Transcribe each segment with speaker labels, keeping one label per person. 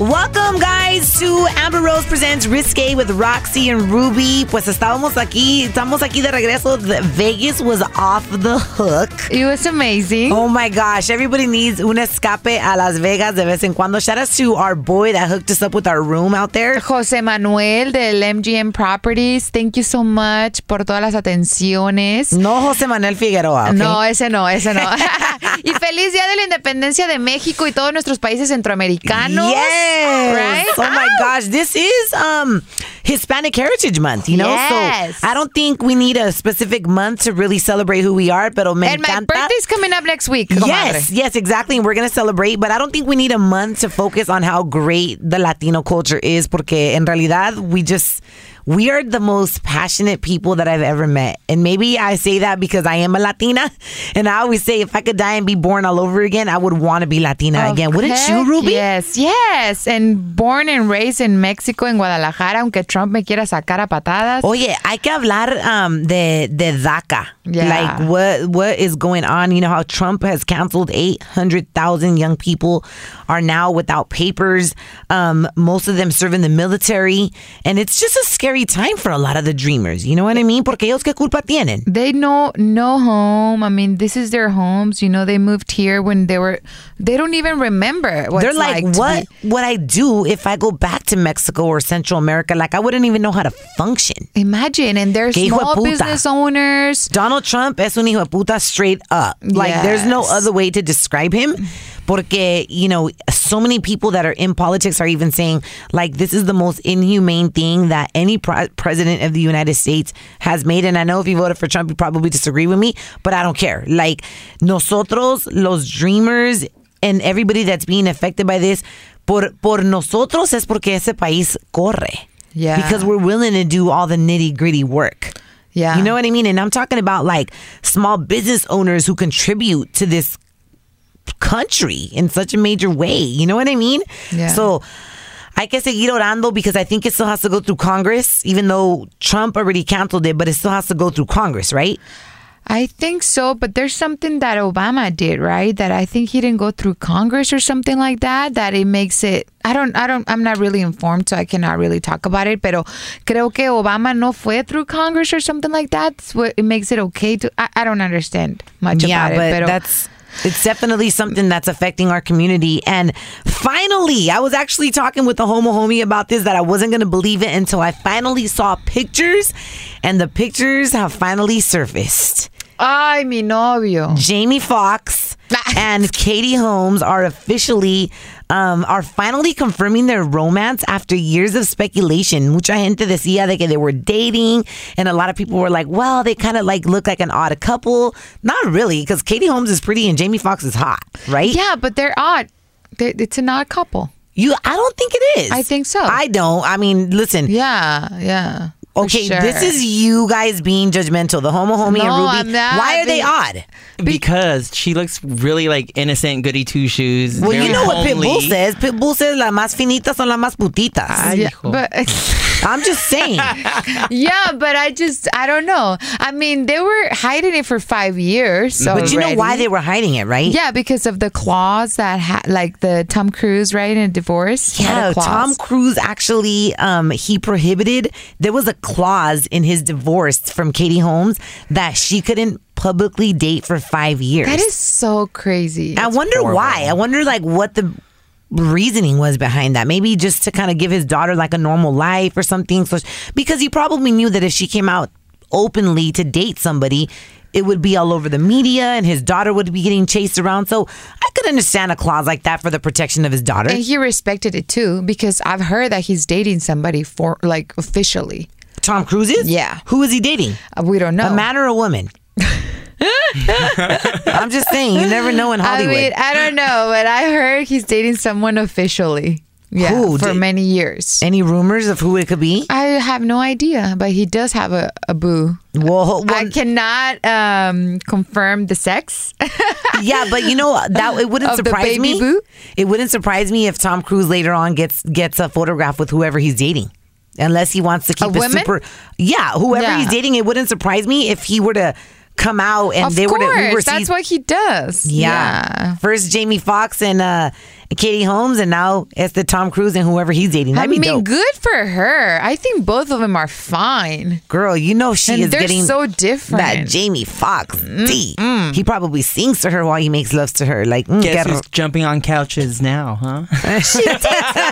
Speaker 1: Welcome, guys, to Amber Rose Presents Risque with Roxy and Ruby. Pues estábamos aquí, estamos aquí de regreso. The- Vegas was off the hook.
Speaker 2: It was amazing.
Speaker 1: Oh my gosh, everybody needs un escape a Las Vegas de vez en cuando. Shout out to our boy that hooked us up with our room out there.
Speaker 2: José Manuel del MGM Properties, thank you so much por todas las atenciones.
Speaker 1: No José Manuel Figueroa. ¿ok?
Speaker 2: No, ese no, ese no. y feliz día de la independencia de México y todos nuestros países centroamericanos.
Speaker 1: Yes.
Speaker 2: Right?
Speaker 1: Oh my gosh, this is um Hispanic Heritage Month, you know?
Speaker 2: Yes.
Speaker 1: So I don't think we need a specific month to really celebrate who we are, pero me
Speaker 2: And my
Speaker 1: encanta.
Speaker 2: birthday's coming up next week. comadre.
Speaker 1: Yes, yes, exactly. And we're going to celebrate, but I don't think we need a month to focus on how great the Latino culture is porque en realidad we just we are the most passionate people that I've ever met. And maybe I say that because I am a Latina and I always say if I could die and be born all over again, I would want to be Latina
Speaker 2: Of
Speaker 1: again. Wouldn't you,
Speaker 2: Oh, heck
Speaker 1: Ruby?
Speaker 2: Yes, yes. And born and raised in Mexico, en Guadalajara, aunque Trump me quiera sacar a patadas.
Speaker 1: Oye, hay que hablar um, de, de DACA.
Speaker 2: Yeah.
Speaker 1: Like what what is going on? You know how Trump has canceled eight hundred thousand young people are now without papers. Um, most of them serve in the military, and it's just a scary time for a lot of the dreamers. You know what I mean? Porque ellos qué culpa tienen?
Speaker 2: They know no home. I mean, this is their homes. You know, they moved here when they were. They don't even remember. What
Speaker 1: They're
Speaker 2: it's
Speaker 1: like,
Speaker 2: to
Speaker 1: what
Speaker 2: be-
Speaker 1: would I do if I go back to Mexico or Central America? Like, I wouldn't even know how to function.
Speaker 2: Imagine, and they're
Speaker 1: Que hijo de
Speaker 2: small
Speaker 1: puta.
Speaker 2: business owners.
Speaker 1: Donald Trump es un hijo de puta straight up. Like, there's no
Speaker 2: Yes.
Speaker 1: other way to describe him. Porque, you know, so many people that are in politics are even saying, like, this is the most inhumane thing that any pre- president of the United States has made. And I know if you voted for Trump, you probably disagree with me, but I don't care. Like, nosotros, los dreamers, and everybody that's being affected by this, por, por nosotros es porque ese país corre.
Speaker 2: Yeah.
Speaker 1: Because we're willing to do all the nitty gritty work.
Speaker 2: Yeah.
Speaker 1: You know what I mean? And I'm talking about like small business owners who contribute to this country in such a major way. You know what I mean?
Speaker 2: Yeah.
Speaker 1: So I que seguir orando because I think it still has to go through Congress, even though Trump already canceled it, but it still has to go through Congress, right?
Speaker 2: I think so, but there's something that Obama did, right? That I think he didn't go through Congress or something like that. That it makes it. I don't. I don't. I'm not really informed, so I cannot really talk about it. Pero creo que Obama no fue through Congress or something like that. That's what it makes it okay to. I, I don't understand much
Speaker 1: yeah,
Speaker 2: about
Speaker 1: but
Speaker 2: it. Pero
Speaker 1: that's it's definitely something that's affecting our community. And finally, I was actually talking with a homo homie about this that I wasn't gonna believe it until I finally saw pictures, and the pictures have finally surfaced.
Speaker 2: ay, mi novio.
Speaker 1: Jamie Foxx and Katie Holmes are officially um, are finally confirming their romance after years of speculation. Mucha gente decía de que they were dating, and a lot of people were like, "Well, they kind of like look like an odd couple." Not really, because Katie Holmes is pretty and Jamie Foxx is hot, right?
Speaker 2: Yeah, but they're odd. They, it's an odd couple.
Speaker 1: You, I don't think it is.
Speaker 2: I think so.
Speaker 1: I don't. I mean, listen.
Speaker 2: Yeah, yeah. for
Speaker 1: Okay,
Speaker 2: sure.
Speaker 1: this is you guys being judgmental. The homo, homie,
Speaker 2: No,
Speaker 1: and
Speaker 2: I'm
Speaker 1: Ruby.
Speaker 2: not.
Speaker 1: Why are they
Speaker 2: They-
Speaker 1: odd?
Speaker 3: Because she looks really like innocent goody two shoes.
Speaker 1: Well, you
Speaker 3: very
Speaker 1: know what
Speaker 3: homely.
Speaker 1: Pitbull says. Pitbull says, "Las más finitas son las más putitas."
Speaker 2: Yeah,
Speaker 3: hijo.
Speaker 2: but.
Speaker 1: I'm just saying.
Speaker 2: yeah, but I just I don't know. I mean, they were hiding it for five years. So
Speaker 1: but you know why they were hiding it, right?
Speaker 2: Yeah, because of the clause that ha- like the Tom Cruise right in a divorce. had a
Speaker 1: Yeah,
Speaker 2: clause.
Speaker 1: Tom Cruise actually um, he prohibited there was a clause in his divorce from Katie Holmes that she couldn't publicly date for five years.
Speaker 2: That is so crazy.
Speaker 1: I wonder why. I wonder like what the reasoning was behind that. Maybe just to kind of give his daughter like a normal life or something. So because he probably knew that if she came out openly to date somebody, it would be all over the media and his daughter would be getting chased around. So I could understand a clause like that for the protection of his daughter.
Speaker 2: And he respected it too because I've heard that he's dating somebody for like officially.
Speaker 1: Tom Cruise is?
Speaker 2: Yeah.
Speaker 1: Who is he dating?
Speaker 2: Uh, We don't know.
Speaker 1: A man or a woman? I'm just saying, you never know in
Speaker 2: I
Speaker 1: Hollywood.
Speaker 2: mean, I don't know, but I heard he's dating someone officially. Yeah,
Speaker 1: Who
Speaker 2: for
Speaker 1: did-
Speaker 2: many years.
Speaker 1: Any rumors of who it could be?
Speaker 2: I have no idea, but he does have a, a boo.
Speaker 1: Well,
Speaker 2: I
Speaker 1: well
Speaker 2: cannot um, confirm the sex.
Speaker 1: yeah, but you know that it wouldn't
Speaker 2: Of the
Speaker 1: surprise
Speaker 2: baby
Speaker 1: me.
Speaker 2: boo?
Speaker 1: It wouldn't surprise me if Tom Cruise later on gets gets a photograph with whoever he's dating. Unless he wants to keep
Speaker 2: woman?
Speaker 1: super Yeah, whoever
Speaker 2: Yeah.
Speaker 1: he's dating, it wouldn't surprise me if he were to come out and
Speaker 2: of
Speaker 1: they
Speaker 2: course,
Speaker 1: were to we were
Speaker 2: that's
Speaker 1: sees-
Speaker 2: what he does.
Speaker 1: yeah. First Jamie Foxx and uh Katie Holmes and now it's the Tom Cruise and whoever he's dating.
Speaker 2: I
Speaker 1: That'd be
Speaker 2: mean,
Speaker 1: dope.
Speaker 2: good for her. I think both of them are fine.
Speaker 1: Girl, you know she
Speaker 2: And
Speaker 1: is
Speaker 2: they're
Speaker 1: getting
Speaker 2: so different.
Speaker 1: That Jamie Foxx tea. He probably sings to her while he makes love to her. Like, mm,
Speaker 3: Guess
Speaker 1: get her-
Speaker 3: who's jumping on couches now, huh?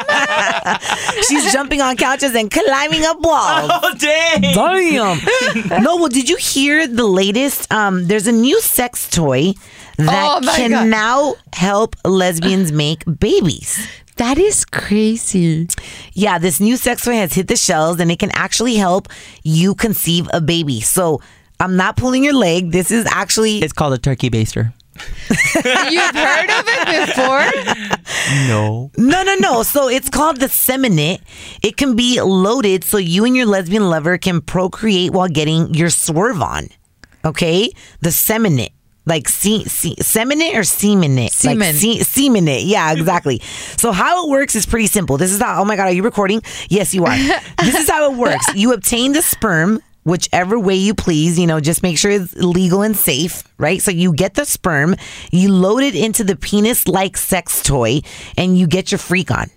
Speaker 1: she's jumping on couches and climbing up walls.
Speaker 3: oh, dang!
Speaker 1: Damn. no, well, did you hear the latest? Um, there's a new sex toy that
Speaker 2: Oh, my
Speaker 1: can
Speaker 2: God.
Speaker 1: now help lesbians make babies.
Speaker 2: That is crazy.
Speaker 1: Yeah, this new sex toy has hit the shelves and it can actually help you conceive a baby. So I'm not pulling your leg. This is actually
Speaker 3: It's called a turkey baster.
Speaker 2: You've heard of it before?
Speaker 3: No.
Speaker 1: No, no, no. So it's called the seminate. It can be loaded so you and your lesbian lover can procreate while getting your swerve on. Okay? The seminate. Like se- se- seminate or seminate? Like
Speaker 2: Semen.
Speaker 1: se- seminate. E, Yeah, exactly. so how it works is pretty simple. This is how, oh my God, are you recording? Yes, you are. this is how it works. You obtain the sperm. Whichever way you please, you know, just make sure it's legal and safe, right? So you get the sperm, you load it into the penis like sex toy, and you get your freak on.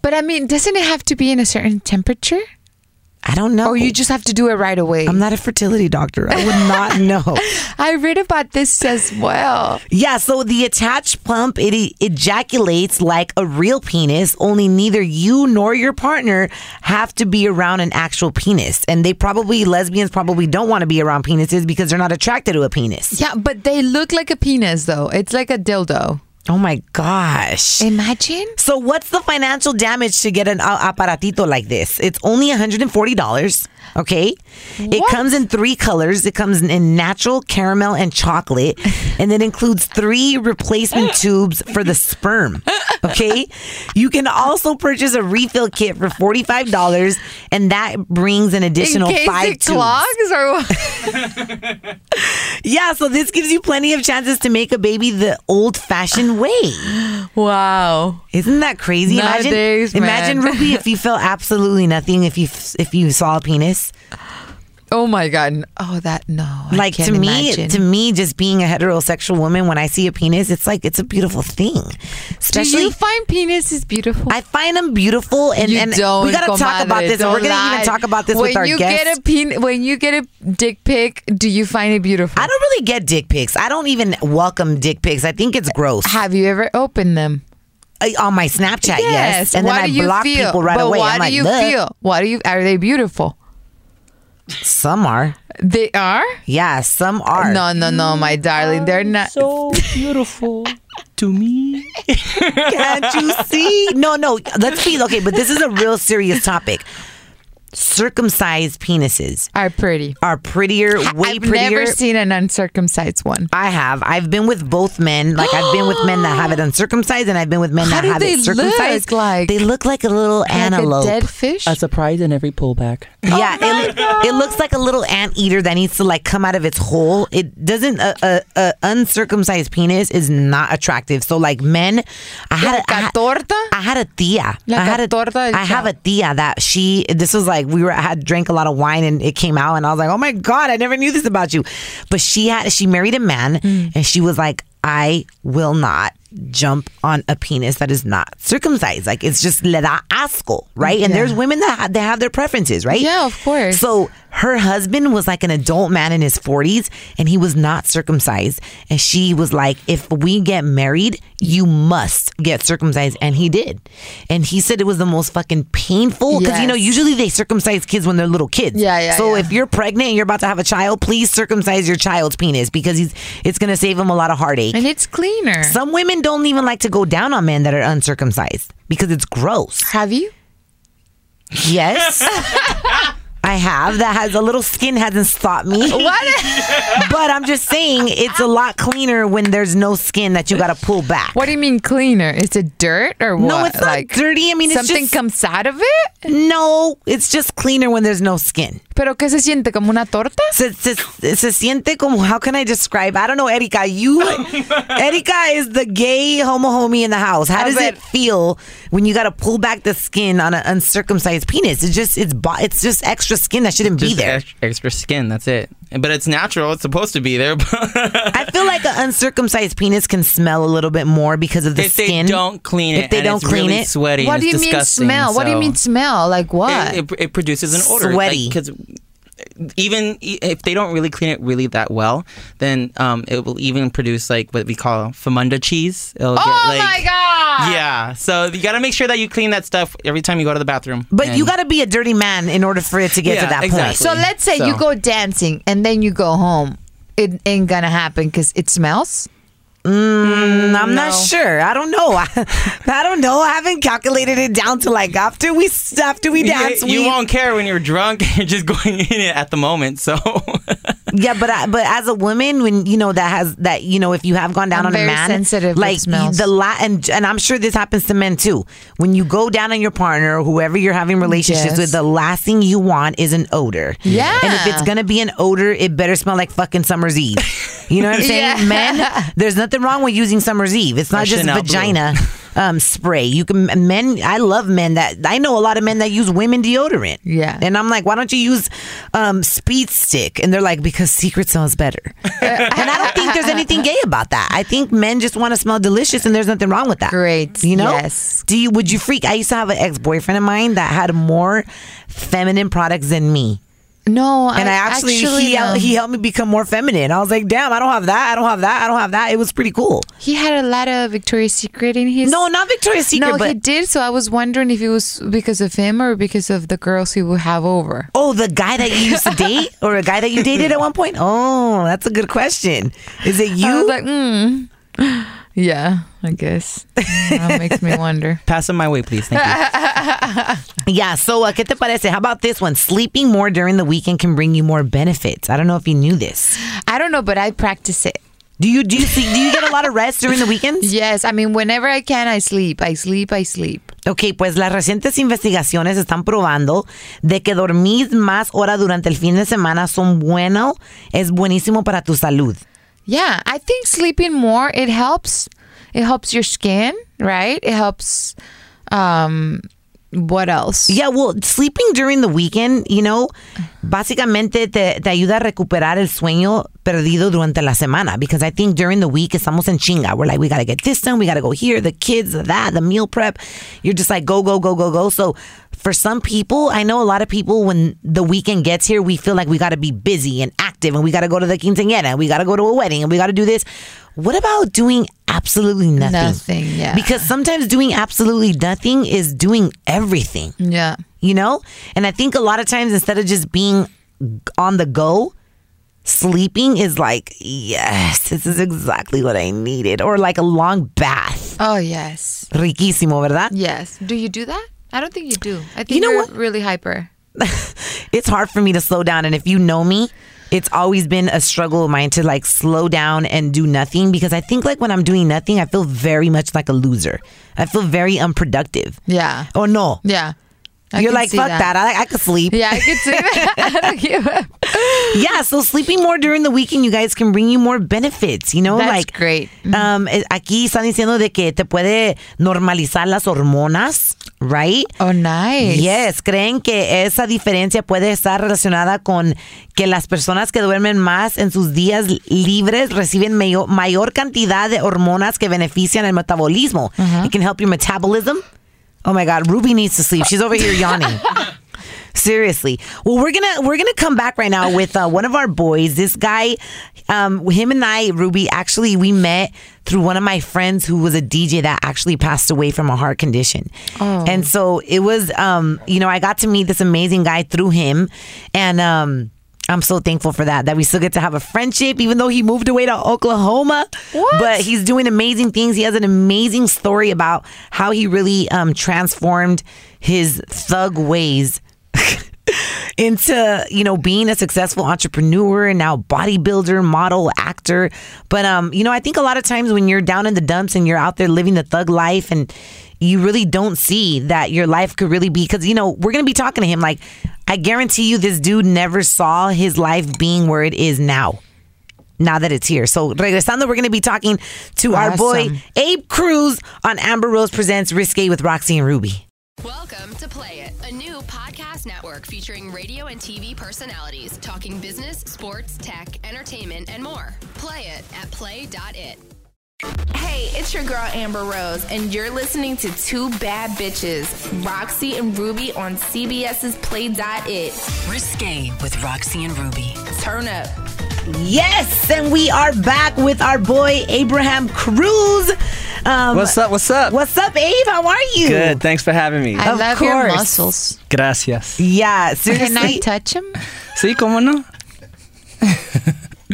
Speaker 2: But I mean, doesn't it have to be in a certain temperature?
Speaker 1: I don't know.
Speaker 2: Or Oh, you just have to do it right away?
Speaker 1: I'm not a fertility doctor. I would not know.
Speaker 2: I read about this as well.
Speaker 1: Yeah, so the attached pump it e- ejaculates like a real penis, only neither you nor your partner have to be around an actual penis. And they probably lesbians probably don't want to be around penises because they're not attracted to a penis.
Speaker 2: Yeah, but they look like a penis, though. It's like a dildo.
Speaker 1: Oh my gosh.
Speaker 2: Imagine.
Speaker 1: So what's the financial damage to get an a- aparatito like this? It's only $140, okay? It
Speaker 2: What?
Speaker 1: comes in three colors. It comes in natural, caramel, and chocolate, and it includes three replacement tubes for the sperm. Okay? You can also purchase a refill kit for $45, and that brings an
Speaker 2: In
Speaker 1: additional
Speaker 2: case
Speaker 1: five
Speaker 2: it
Speaker 1: tubes.
Speaker 2: clogs or what?
Speaker 1: Yeah, so this gives you plenty of chances to make a baby the old-fashioned way.
Speaker 2: Wow.
Speaker 1: Isn't that crazy? Imagine,
Speaker 2: Nowadays, man.
Speaker 1: imagine Ruby if you felt absolutely nothing if you if you saw a penis.
Speaker 2: Oh my God. Oh, that, no. I
Speaker 1: like to
Speaker 2: can't
Speaker 1: me,
Speaker 2: imagine.
Speaker 1: to me, just being a heterosexual woman, when I see a penis, it's like it's a beautiful thing.
Speaker 2: Do
Speaker 1: Especially,
Speaker 2: you find penises beautiful?
Speaker 1: I find them beautiful, and,
Speaker 2: You
Speaker 1: and
Speaker 2: don't,
Speaker 1: we gotta talk
Speaker 2: comadre.
Speaker 1: about this. and
Speaker 2: Don't
Speaker 1: we're gonna
Speaker 2: lie.
Speaker 1: even talk about this
Speaker 2: when
Speaker 1: with our
Speaker 2: you
Speaker 1: guests.
Speaker 2: Get a pen, when you get a dick pic, do you find it beautiful?
Speaker 1: I don't really get dick pics. I don't even welcome dick pics. I think it's gross.
Speaker 2: Have you ever opened them?
Speaker 1: I- on my Snapchat, yes, and
Speaker 2: Why
Speaker 1: then I
Speaker 2: do you
Speaker 1: block
Speaker 2: feel?
Speaker 1: people right
Speaker 2: but
Speaker 1: away.
Speaker 2: Why
Speaker 1: I'm
Speaker 2: do
Speaker 1: like,
Speaker 2: you
Speaker 1: "Look,
Speaker 2: feel? Why do you? Are they beautiful?
Speaker 1: Some are,
Speaker 2: They are.
Speaker 1: yeah, some are. Mm,
Speaker 2: No, no, no, my darling. They're not.
Speaker 3: So Oh, beautiful to me.
Speaker 1: Can't you see? No, no. Let's be okay, but this is a real serious topic. Circumcised penises
Speaker 2: are pretty.
Speaker 1: are prettier, way
Speaker 2: I've
Speaker 1: prettier.
Speaker 2: never seen an uncircumcised one.
Speaker 1: I have. I've been with both men. Like I've been with men that have it uncircumcised, and I've been with men that
Speaker 2: How do
Speaker 1: have
Speaker 2: they
Speaker 1: it circumcised.
Speaker 2: look like?
Speaker 1: they look like a little antelope.
Speaker 2: Like a dead Oh fish.
Speaker 3: A surprise in every pullback.
Speaker 1: yeah, it, loo- it looks like a little anteater that needs to like come out of its hole. It doesn't. A, a, a uncircumcised penis is not attractive. So like men, I had
Speaker 2: Like
Speaker 1: a, I
Speaker 2: a
Speaker 1: had-
Speaker 2: torta?
Speaker 1: I had a tia.
Speaker 2: Like
Speaker 1: I had
Speaker 2: a torta del
Speaker 1: I have a
Speaker 2: chavo.
Speaker 1: tia that she. This was like we were. I had drank a lot of wine and it came out, and I was like, oh my god, I never
Speaker 2: Mm.
Speaker 1: knew this about you. But she had. She married a man, and she was like, I will not jump on a penis that is not circumcised. Like it's just le da asco, right? And there's women that have, they have their preferences, right?
Speaker 2: Yeah, of course.
Speaker 1: So Oh, her husband was like an adult man in his 40s and he was not circumcised. And she was like, if we get married, you must get circumcised. And he did. And he said it was the most fucking painful because, you know,
Speaker 2: Yes.
Speaker 1: usually they circumcise kids when they're little kids.
Speaker 2: Yeah, yeah,
Speaker 1: So
Speaker 2: yeah.
Speaker 1: if you're pregnant and you're about to have a child, please circumcise your child's penis because he's, it's going to save him a lot of heartache.
Speaker 2: and it's cleaner.
Speaker 1: Some women don't even like to go down on men that are uncircumcised because it's gross.
Speaker 2: Have you?
Speaker 1: Yes. I have. That has a little skin hasn't stopped me.
Speaker 2: What?
Speaker 1: But I'm just saying it's a lot cleaner when there's no skin that you got to pull back.
Speaker 2: what do you mean cleaner? Is it dirt or what?
Speaker 1: No, it's not dirty. I mean, it's
Speaker 2: something
Speaker 1: just-
Speaker 2: comes out of it.
Speaker 1: No, it's just cleaner when there's no skin.
Speaker 2: Pero qué se siente como una torta?
Speaker 1: Se, se, se siente como, how can I describe? I don't know, Erika. You, Erika is the gay homo homie in the house. How
Speaker 2: A
Speaker 1: does
Speaker 2: ver.
Speaker 1: it feel when you got to pull back the skin on an uncircumcised penis? It's just, it's, bo- it's just extra skin that shouldn't
Speaker 3: Just
Speaker 1: be there.
Speaker 3: ex- extra skin. That's it. But it's natural. It's supposed to be there. But
Speaker 1: I feel like an uncircumcised penis can smell a little bit more because of the
Speaker 3: if
Speaker 1: skin.
Speaker 3: they don't clean it,
Speaker 1: If they
Speaker 3: and
Speaker 1: don't
Speaker 3: it's
Speaker 1: clean
Speaker 3: really
Speaker 1: it,
Speaker 3: sweaty.
Speaker 2: What
Speaker 3: and
Speaker 2: do you
Speaker 3: it's
Speaker 2: mean
Speaker 3: disgusting,
Speaker 2: smell? What do you
Speaker 3: so- Eh,
Speaker 2: mean smell? Like what?
Speaker 3: It, it, it produces an odor.
Speaker 1: Sweaty.
Speaker 3: Because even e- if they don't really clean it really that well, then um, it will even produce like what we call famunda cheese. It'll
Speaker 2: oh my god!
Speaker 3: Yeah. So you got to make sure that you clean that stuff every time you go to the bathroom.
Speaker 1: but you
Speaker 3: And-
Speaker 1: got to be a dirty man in order for it to get to
Speaker 3: Yeah,
Speaker 1: that point.
Speaker 3: exactly.
Speaker 2: So let's say
Speaker 3: So-
Speaker 2: you go dancing and then you go home. It ain't gonna happen because it smells.
Speaker 1: Mm, I'm not sure. I don't know. I, don't know. I haven't calculated it down to like after we s- after we
Speaker 3: Yeah,
Speaker 1: dance.
Speaker 3: you
Speaker 1: we,
Speaker 3: won't care when you're drunk. You're just going in it at the moment. So
Speaker 1: Yeah, but I, but as a woman, when you know that has that you know if you have gone down
Speaker 2: I'm
Speaker 1: on a
Speaker 2: very
Speaker 1: man,
Speaker 2: sensitive with
Speaker 1: like
Speaker 2: smells.
Speaker 1: the la- and and I'm sure this happens to men too. When you go down on your partner or whoever you're having relationships
Speaker 2: Yes.
Speaker 1: with, the last thing you want is an odor.
Speaker 2: Yeah.
Speaker 1: and if it's gonna be an odor, it better smell like fucking summer's eve. You know what I'm saying,
Speaker 2: Yeah.
Speaker 1: men? There's nothing wrong with using summer's eve. It's not
Speaker 3: Or
Speaker 1: just
Speaker 3: Chanel Blue.
Speaker 1: vagina um, spray. You can men. I love men that I know a lot of men that use women deodorant.
Speaker 2: Yeah.
Speaker 1: and I'm like, why don't you use um, Speed Stick? And they're like, because Secret smells better. and I don't think there's anything gay about that. I think men just want to smell delicious, and there's nothing wrong with that.
Speaker 2: Great.
Speaker 1: You know?
Speaker 2: Yes.
Speaker 1: Do you? Would you freak? I used to have an ex boyfriend of mine that had more feminine products than me.
Speaker 2: No, um,
Speaker 1: And I, actually, he,
Speaker 2: no.
Speaker 1: hel- he helped me become more feminine. I was like, damn, I don't have that. I don't have that. I don't have that. It was pretty cool.
Speaker 2: He had a lot of Victoria's Secret in his.
Speaker 1: No, not Victoria's Secret,
Speaker 2: no,
Speaker 1: but
Speaker 2: he did. So I was wondering if it was because of him or because of the girls he would have over.
Speaker 1: Oh, the guy that you used to date, or a guy that you dated at one point? Oh, that's a good question. Is it
Speaker 2: I
Speaker 1: you?
Speaker 2: was like, mm. yeah, I guess. that makes me wonder.
Speaker 3: pass them my way, please. Thank you.
Speaker 1: yeah. So, uh, ¿qué te parece? How about this one? Sleeping more during the weekend can bring you more benefits. I don't know if you knew this.
Speaker 2: I don't know, but I practice it.
Speaker 1: Do you do you sleep, do you get a lot of rest during the weekends?
Speaker 2: Yes, I mean, whenever I can, I sleep. I sleep. I sleep.
Speaker 1: Ok, pues las recientes investigaciones están probando de que dormir más horas durante el fin de semana son bueno, es buenísimo para tu salud.
Speaker 2: Yeah, I think sleeping more it helps. It helps your skin, right? It helps. Um, what else?
Speaker 1: Yeah, well, sleeping during the weekend, you know, básicamente te, te ayuda a recuperar el sueño perdido durante la semana. Because I think during the week estamos en chinga. We're like, we gotta get this done, we gotta go here, the kids, that, the meal prep. You're just like, go, go, go, go, go. So for some people, I know a lot of people when the weekend gets here, we feel like we gotta be busy and active and we gotta go to the quinceañera and we gotta go to a wedding and we gotta do this. What about doing absolutely nothing?
Speaker 2: Nothing, yeah.
Speaker 1: Because sometimes doing absolutely nothing is doing everything
Speaker 2: Yeah.
Speaker 1: you know? And I think a lot of times instead of just being on the go, sleeping is like, yes, this is exactly what I needed. Or like a long bath.
Speaker 2: Oh yes.
Speaker 1: Riquísimo, ¿verdad?
Speaker 2: Yes. Do you do that? I don't think you do. I think
Speaker 1: You
Speaker 2: you
Speaker 1: know
Speaker 2: are
Speaker 1: what?
Speaker 2: really hyper.
Speaker 1: it's hard for me to slow down. And if you know me, it's always been a struggle of mine to like slow down and do nothing because I think like when I'm doing nothing, I feel very much like a loser. I feel very unproductive.
Speaker 2: Yeah.
Speaker 1: Or no.
Speaker 2: Yeah. I
Speaker 1: You're
Speaker 2: can
Speaker 1: like,
Speaker 2: see
Speaker 1: fuck that. I, I could sleep.
Speaker 2: Yeah, I could see that. I don't give up.
Speaker 1: yeah, so sleeping more during the weekend, you guys can bring you more benefits, you know?
Speaker 2: That's
Speaker 1: like
Speaker 2: great.
Speaker 1: Um, eh, aquí están diciendo de que te puede normalizar las hormonas, right?
Speaker 2: Oh, nice.
Speaker 1: Yes, creen que esa diferencia puede estar relacionada con que las personas que duermen más en sus días libres reciben mayo- mayor cantidad de hormonas que benefician el metabolismo. It can help your metabolism. Oh my God, Ruby needs to sleep. She's over here yawning. Seriously. Well, we're gonna we're gonna come back right now with uh, one of our boys. This guy, um, him and I, Ruby, actually we met through one of my friends who was a DJ that actually passed away from a heart condition. And so it was, um, you know, I got to meet this amazing guy through him, and um. I'm so thankful for that. That we still get to have a friendship, even though he moved away to Oklahoma. But he's doing amazing things. He has an amazing story about how he really um, transformed his thug ways into you know being a successful entrepreneur and now bodybuilder model actor but um you know i think a lot of times when you're down in the dumps and you're out there living the thug life and you really don't see that your life could really be because you know we're gonna be talking to him like i guarantee you this dude never saw his life being where it is now now that it's here. So, regresando, we're going to be talking to our boy
Speaker 2: Awesome.
Speaker 1: Abe Cruz on Amber Rose Presents Risque with Roxy and Ruby.
Speaker 4: Welcome to Play It, a new podcast network featuring radio and TV personalities talking business, sports, tech, entertainment, and more. Play it at play.it.
Speaker 5: Hey, it's your girl Amber Rose, and you're listening to Two Bad Bitches, Roxy and Ruby on CBS's Play.it.
Speaker 6: Risque with Roxy and Ruby.
Speaker 5: Turn up.
Speaker 1: Yes, and we are back with our boy Abraham Cruz. Um,
Speaker 7: What's up? What's up?
Speaker 1: What's up, Abe? How are you?
Speaker 7: Good. Thanks for having me.
Speaker 2: I
Speaker 1: Of
Speaker 2: love your
Speaker 1: course.
Speaker 2: muscles.
Speaker 7: Gracias.
Speaker 1: Yeah,
Speaker 2: Can I
Speaker 1: seriously.
Speaker 2: touch him?
Speaker 7: Sí, cómo no.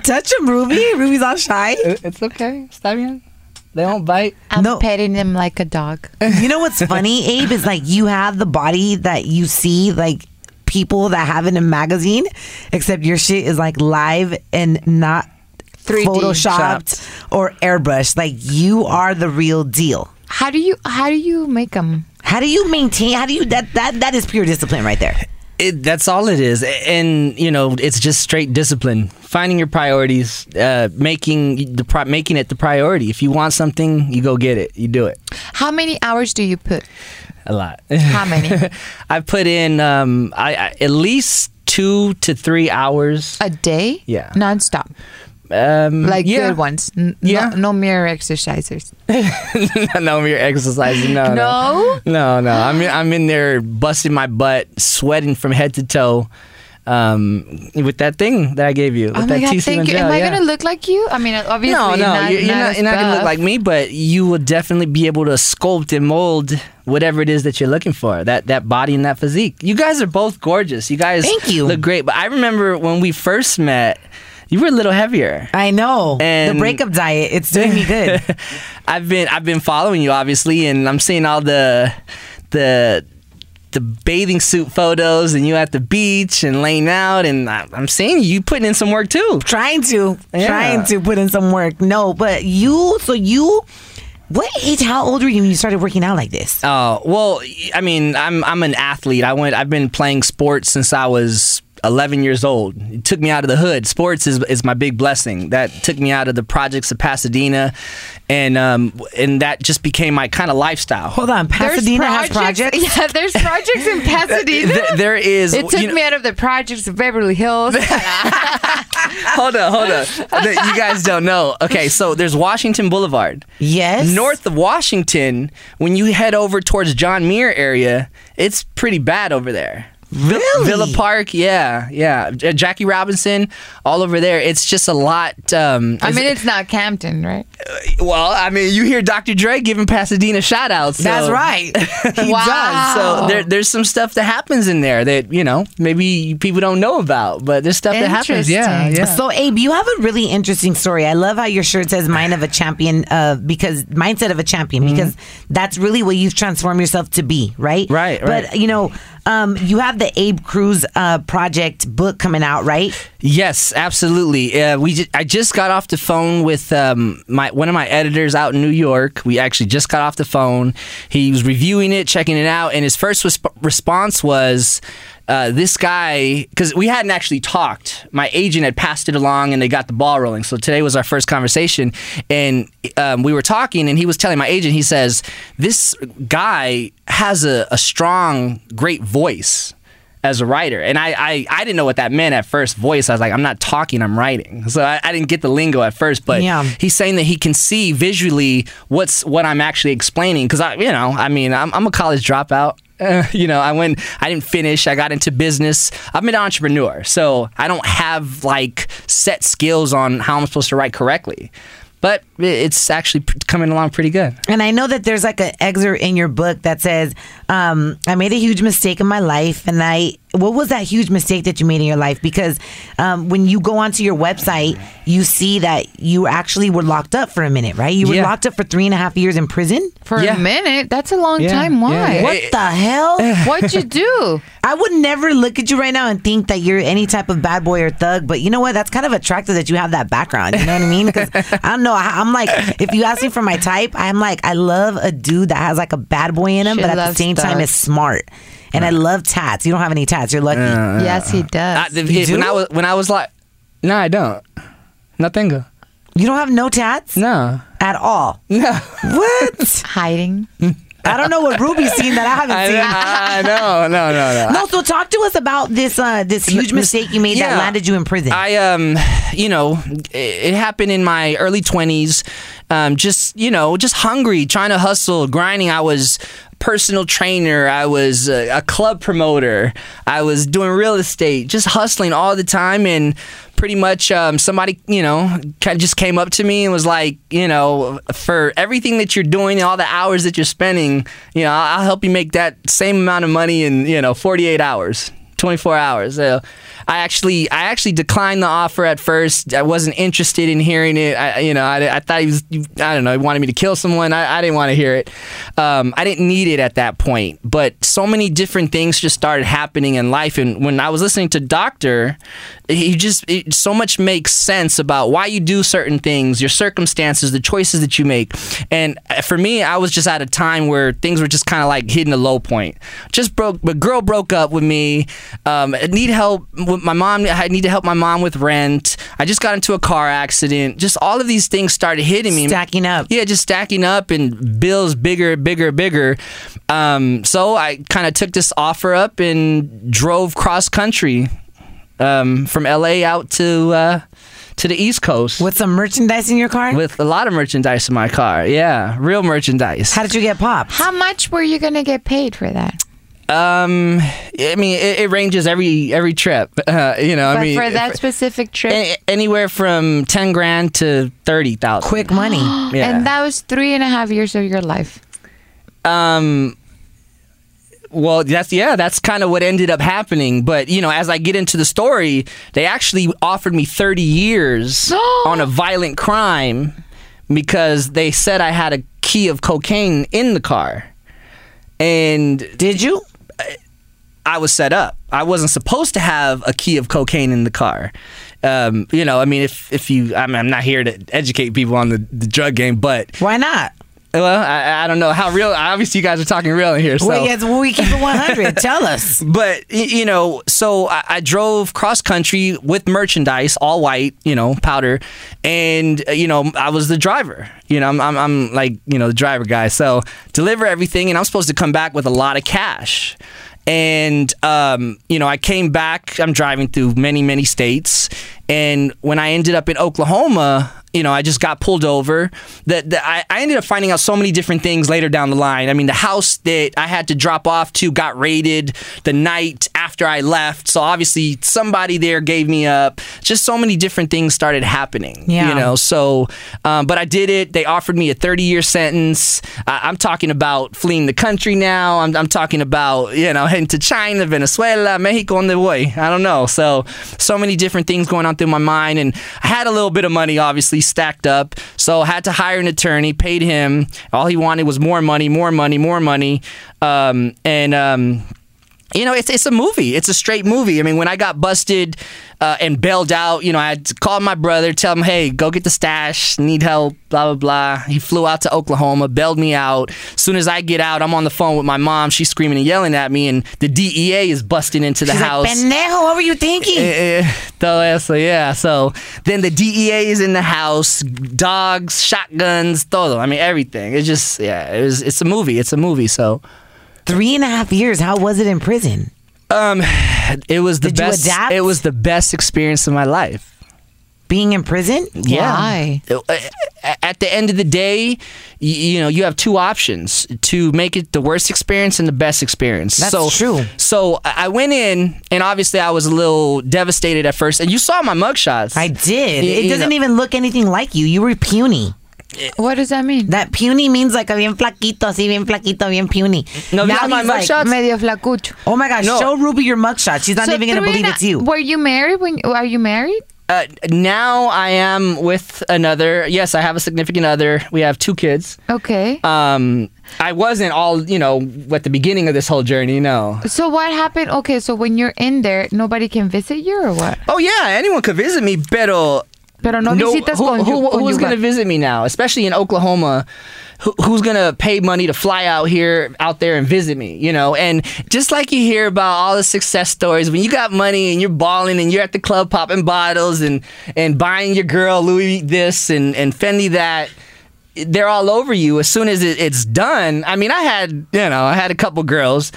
Speaker 1: touch him, Ruby. Ruby's all shy.
Speaker 7: It's okay. Está bien. They won't bite.
Speaker 2: I'm
Speaker 1: No.
Speaker 2: petting him like a dog.
Speaker 1: You know what's funny, Abe, is like you have the body that you see, like people that have it in a magazine, except your shit is like live and not
Speaker 2: 3D.
Speaker 1: photoshopped or airbrushed. Like you are the real deal.
Speaker 2: How do you how do you make him?
Speaker 1: How do you maintain? How do you that that that is pure discipline right there.
Speaker 7: It, that's all it is, A- and you know, it's just straight discipline. Finding your priorities, uh, making the pri- making it the priority. If you want something, you go get it. You do it.
Speaker 2: How many hours do you put?
Speaker 7: A lot.
Speaker 2: How many?
Speaker 7: I put in um, I, I at least two to three hours.
Speaker 2: A day?
Speaker 7: Yeah.
Speaker 2: Nonstop.
Speaker 7: Um,
Speaker 2: Like
Speaker 7: yeah.
Speaker 2: good ones. N-
Speaker 7: Yeah.
Speaker 2: No, no mirror exercises.
Speaker 7: no, you're exercising. No,
Speaker 2: No?
Speaker 7: no, no, no. I'm I'm in there busting my butt, sweating from head to toe, um, with that thing that I gave you.
Speaker 2: oh
Speaker 7: with
Speaker 2: my
Speaker 7: that
Speaker 2: god,
Speaker 7: TC
Speaker 2: thank you.
Speaker 7: Mangel,
Speaker 2: Am I
Speaker 7: yeah.
Speaker 2: gonna look like you? I mean uh, obviously.
Speaker 7: No, no,
Speaker 2: not,
Speaker 7: you're, you're not,
Speaker 2: as
Speaker 7: you're not gonna look
Speaker 2: buff.
Speaker 7: like me, but you will definitely be able to sculpt and mold whatever it is that you're looking for. That that body and that physique. You guys are both gorgeous. You guys
Speaker 1: Thank you.
Speaker 7: look great. But I remember when we first met, you were a little heavier.
Speaker 1: I know
Speaker 7: And-
Speaker 1: the breakup diet. It's doing me good.
Speaker 7: I've been I've been following you obviously, and I'm seeing all the the the bathing suit photos, and you at the beach and laying out, and I, I'm seeing you putting in some work too.
Speaker 1: trying to,
Speaker 7: Yeah.
Speaker 1: trying to put in some work. No, but you. So you, what age? How old were you when you started working out like this?
Speaker 7: Oh well, I mean, I'm I'm an athlete. I went. I've been playing sports since I was 11 years old. It took me out of the hood. Sports is is my big blessing. That took me out of the projects of Pasadena, and um and that just became my kind of lifestyle.
Speaker 1: Hold on, Pasadena has projects.
Speaker 2: Yeah, there's projects in Pasadena.
Speaker 7: There, there is.
Speaker 2: it took
Speaker 7: you know-
Speaker 2: me out of the projects of Beverly Hills.
Speaker 7: hold on, hold on. That You guys don't know. Okay, so there's Washington Boulevard.
Speaker 1: Yes,
Speaker 7: North of Washington, when you head over towards John Muir area, it's pretty bad over there. Vi-
Speaker 1: Really?
Speaker 7: Villa Park, yeah, yeah. J- Jackie Robinson, all over there. It's just a lot. Um,
Speaker 2: I
Speaker 7: is-
Speaker 2: mean, it's not Campton, right?
Speaker 7: well, I mean, you hear Dr. Dre giving Pasadena shout outs.
Speaker 1: That's right.
Speaker 7: He does. So there, there's some stuff that happens in there that, you know, maybe people don't know about, but there's stuff that happens. Yeah,
Speaker 2: Interesting.
Speaker 7: yeah.
Speaker 1: So Abe, you have a really interesting story. I love how your shirt says "Mind of a Champion" uh, because mindset of a champion
Speaker 7: Mm-hmm.
Speaker 1: because that's really what you've transformed yourself to be, right?
Speaker 7: Right, right.
Speaker 1: But you know, um, you have the Abe Cruz uh, Project book coming out, right?
Speaker 7: Yes, absolutely. Uh, we ju- I just got off the phone with um, my one of my editors out in New York. We actually just got off the phone. He was reviewing it, checking it out, and his first resp- response was, uh, this guy, because we hadn't actually talked. My agent had passed it along and they got the ball rolling. So today was our first conversation. And um, we were talking, and he was telling my agent, he says, This guy has a, a strong, great voice as a writer. And I, I, I didn't know what that meant at first voice. I was like, I'm not talking, I'm writing. So I, I didn't get the lingo at first, but
Speaker 1: Yeah.
Speaker 7: he's saying that he can see visually what's what I'm actually explaining. Cause I, you know, I mean, I'm, I'm a college dropout. Uh, you know, I went, I didn't finish. I got into business. I'm an entrepreneur. So I don't have like set skills on how I'm supposed to write correctly. But it- it's actually p- coming along pretty good.
Speaker 1: And I know that there's like an excerpt in your book that says, um, I made a huge mistake in my life. And I, what was that huge mistake that you made in your life? Because um, when you go onto your website, you see that you actually were locked up for a minute, right? You were
Speaker 7: Yeah.
Speaker 1: locked up for three and a half years in prison.
Speaker 2: For
Speaker 7: Yeah.
Speaker 2: a minute, that's a long
Speaker 7: Yeah,
Speaker 2: time.
Speaker 7: yeah,
Speaker 2: Why?
Speaker 7: yeah.
Speaker 1: What the hell?
Speaker 2: What? would you do?
Speaker 1: I would never look at you right now and think that you're any type of bad boy or thug, but you know what? That's kind of attractive that you have that background. You know what I mean? Because I don't know. I, I'm like, if you ask me for my type, I'm like, I love a dude that has like a bad boy in him,
Speaker 2: She
Speaker 1: but at the
Speaker 2: loves
Speaker 1: same time is
Speaker 2: thugs.
Speaker 1: smart. And I love tats. You don't have any tats. You're lucky.
Speaker 2: yes, he does.
Speaker 7: I, it- when I was, when I was like, no, I don't. Nothing.
Speaker 1: you don't have no tats
Speaker 7: No.
Speaker 1: at all.
Speaker 7: No.
Speaker 1: What?
Speaker 2: Hiding.
Speaker 1: I don't know what Ruby's seen that I haven't seen.
Speaker 7: I, I know, no, no, no.
Speaker 1: no, so talk to us about this uh, this huge mistake you made that
Speaker 7: Yeah.
Speaker 1: landed you in prison.
Speaker 7: I um, you know, it, it happened in my early twenties. Um, just you know, just hungry, trying to hustle, grinding. I was personal trainer. I was a, a club promoter. I was doing real estate, just hustling all the time. And pretty much, um, somebody you know, kind of just came up to me and was like, you know, for everything that you're doing and all the hours that you're spending, you know, I'll I'll help you make that same amount of money in you know 48 hours. 24 hours. So I actually I actually declined the offer at first. I wasn't interested in hearing it. I, you know, I, I thought he was I don't know, he wanted me to kill someone. I, I didn't want to hear it. Um, I didn't need it at that point. But so many different things just started happening in life and when I was listening to Doctor, he just it, so much makes sense about why you do certain things, your circumstances, the choices that you make. And uh, for me, I was just at a time where things were just kind of like hitting a low point. Just broke, but girl broke up with me. Um, I need help with my mom. I need to help my mom with rent. I just got into a car accident. Just all of these things started hitting me.
Speaker 1: Stacking up.
Speaker 7: Yeah, just stacking up and bills bigger, bigger, bigger. Um, so I kind of took this offer up and drove cross country um, from LA out to uh, to the East Coast
Speaker 1: With some merchandise in your car?
Speaker 7: with a lot of merchandise in my car. Yeah, real merchandise.
Speaker 1: How did you get popped?
Speaker 2: How much were you gonna get paid for that?
Speaker 7: um, I mean, it, it ranges every every trip. Uh, you know,
Speaker 2: But
Speaker 7: I mean,
Speaker 2: for that
Speaker 7: if- Eh,
Speaker 2: specific trip,
Speaker 7: a- anywhere from ten grand to thirty thousand.
Speaker 1: Quick money.
Speaker 7: yeah.
Speaker 2: and that was three and a half years of your life.
Speaker 7: um well that's yeah that's kind of what ended up happening but you know as i get into the story they actually offered me 30 years on a violent crime because they said i had a key of cocaine in the car and
Speaker 1: Did you?
Speaker 7: I was set up. I wasn't supposed to have a key of cocaine in the car. Um, you know, I mean, if if you, I'm, I'm not here to educate people on the, the drug game, but
Speaker 1: Why not?
Speaker 7: well, I, I don't know how real. Obviously, you guys are talking real in here. So
Speaker 1: well, yes, well, we keep it 100. Tell us.
Speaker 7: but y- you know, so I, I drove cross country with merchandise, all white, you know, powder, and uh, you know, I was the driver. You know, I'm, I'm, I'm like you know the driver guy. So deliver everything, and I'm supposed to come back with a lot of cash. And um, you know, I came back. I'm driving through many, many states, and when I ended up in Oklahoma, you know, I just got pulled over. That that I, I ended up finding out so many different things later down the line. I mean, the house that I had to drop off to got raided the night after I left. So obviously somebody there gave me up. Just so many different things started happening.
Speaker 1: Yeah.
Speaker 7: You know, so, um, but I did it. They offered me a 30 year sentence. I, I'm talking about fleeing the country now. I'm, I'm talking about, you know, heading to China, Venezuela, Mexico on the way. I don't know. So, so many different things going on through my mind. And I had a little bit of money, obviously, stacked up. So, I had to hire an attorney, paid him. All he wanted was more money, more money, more money. Um, and, um, you know, it's, it's a movie. It's a straight movie. I mean, when I got busted uh, and bailed out, you know, I had to call my brother, tell him, hey, go get the stash, need help, blah, blah, blah. He flew out to Oklahoma, bailed me out. soon as I get out, I'm on the phone with my mom. She's screaming and yelling at me, and the DEA is busting into the
Speaker 1: She's
Speaker 7: house. Eh,
Speaker 1: like, pendejo, what were you thinking?
Speaker 7: So, yeah, so yeah, so then the DEA is in the house, dogs, shotguns, todo. I mean, everything. It's just yeah, it was, it's a movie. It's a movie. So
Speaker 1: Three and a half years. How was it in prison?
Speaker 7: it was the
Speaker 1: Did you
Speaker 7: best.
Speaker 1: adapt?
Speaker 7: It was the best experience of my life.
Speaker 1: Being in prison?
Speaker 7: Yeah.
Speaker 2: Why?
Speaker 7: A- Uh, At the end of the day, y- you know, you have two options to make it the worst experience and the best experience.
Speaker 1: That's
Speaker 7: so,
Speaker 1: true.
Speaker 7: So I I went in, and obviously I was a little devastated at first. And you saw my mugshots.
Speaker 1: I did.
Speaker 7: Y-
Speaker 1: It
Speaker 7: you
Speaker 1: doesn't
Speaker 7: know-
Speaker 1: even look anything like you. You were puny.
Speaker 2: What does that mean?
Speaker 1: That puny means like a bien flaquito, así bien flaquito, bien puny.
Speaker 7: No, you
Speaker 1: now
Speaker 7: know my
Speaker 1: he's like,
Speaker 7: mugshot?
Speaker 2: Medio flacucho.
Speaker 1: oh my gosh,
Speaker 7: No.
Speaker 1: show Ruby your mugshot. She's not
Speaker 2: So
Speaker 1: even gonna
Speaker 2: three and
Speaker 1: believe
Speaker 2: a-
Speaker 1: it's you.
Speaker 2: Were you married when? Are you married?
Speaker 7: uh, now I am with another. Yes, I have a significant other. We have two kids.
Speaker 2: Okay.
Speaker 7: Um, I wasn't all you know at the beginning of this whole journey. No.
Speaker 2: so what happened? Okay, so when you're in there, nobody can visit you or what?
Speaker 7: Oh yeah, anyone could visit me, pero
Speaker 2: Pero no, visitas
Speaker 7: who,
Speaker 2: con
Speaker 7: who- who's going to
Speaker 2: visit?
Speaker 7: visit me now? Especially in Oklahoma, who, who's going to pay money to fly out here, out there, and visit me? You know, and just like you hear about all the success stories, when you got money and you're balling and you're at the club popping bottles and and buying your girl Louis this and and Fendi that. They're all over you as soon as it, it's done. I mean, I had you know I had a couple girls,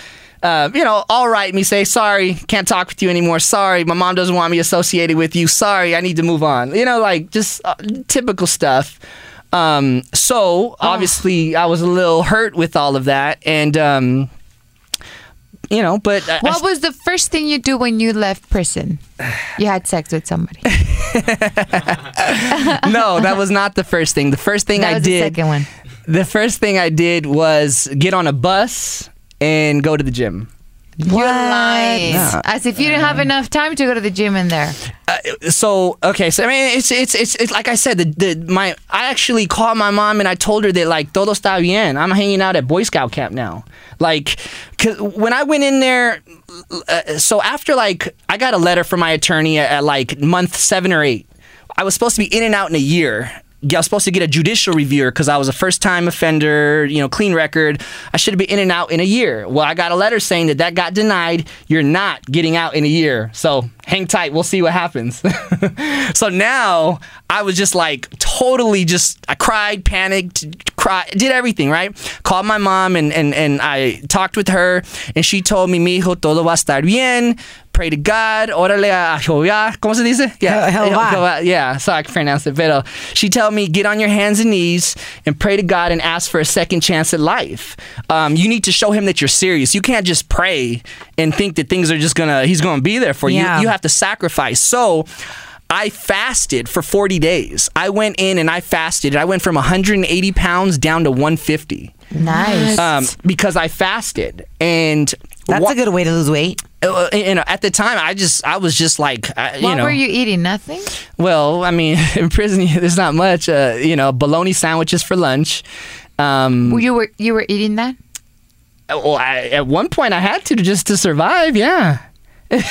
Speaker 7: uh, you know, all right. Me say sorry, can't talk with you anymore. Sorry, my mom doesn't want me associated with you. Sorry, I need to move on. You know, like just uh, typical stuff. Um, so
Speaker 2: Ah.
Speaker 7: obviously, I was a little hurt with all of that, and um, you know, but uh, I- I
Speaker 2: What was the first thing you do when you left prison? You had sex with somebody.
Speaker 7: no, that was not the first thing. The first thing
Speaker 2: That
Speaker 7: I
Speaker 2: was the
Speaker 7: did.
Speaker 2: second one.
Speaker 7: The first thing I did was get on a bus and go to the gym.
Speaker 2: You're lying. As if you didn't have enough time to go to the gym in there.
Speaker 7: so okay so i mean it's it's it's, it's like i said the, the my i actually called my mom and i told her that like todo está bien i'm hanging out at boy scout camp now like 'cause when i went in there uh, so after like i got a letter from my attorney at, at like month seven or eight i was supposed to be in and out in a year yeah, I was supposed to get a judicial reviewer because I was a first-time offender, you know, clean record. I should have been in and out in a year. Well, I got a letter saying that that got denied. You're not getting out in a year, so hang tight. We'll see what happens. so now I was just like totally just I cried, panicked, cried, did everything right. Called my mom and and and I talked with her, and she told me, "Mijo, todo va a estar bien." Pray to God. Órale a Jehová. ¿Cómo se dice? Yeah.
Speaker 1: Je- Jehová.
Speaker 7: Jehová uh, yeah, so I can pronounce it better. She tell me, get on your hands and knees and pray to God and ask for a second chance at life. Um, you need to show him that you're serious. You can't just pray and think that things are just gonna, he's gonna be there for
Speaker 1: Yeah.
Speaker 7: you. You have to sacrifice. So I fasted for 40 days. I went in and I fasted. I went from 180 pounds down to 150
Speaker 2: Nice.
Speaker 7: um, because I fasted. And
Speaker 1: That's
Speaker 7: wha-
Speaker 1: a good way to lose weight.
Speaker 7: uh, you know, at the time, I just, I was just like, I, you
Speaker 2: what
Speaker 7: know,
Speaker 2: were you eating? Nothing?
Speaker 7: well, I mean, in prison, there's not much. Uh, you know, bologna sandwiches for lunch. Um,
Speaker 2: You were you were eating that?
Speaker 7: well, I, at one point, I had to just to survive. Yeah.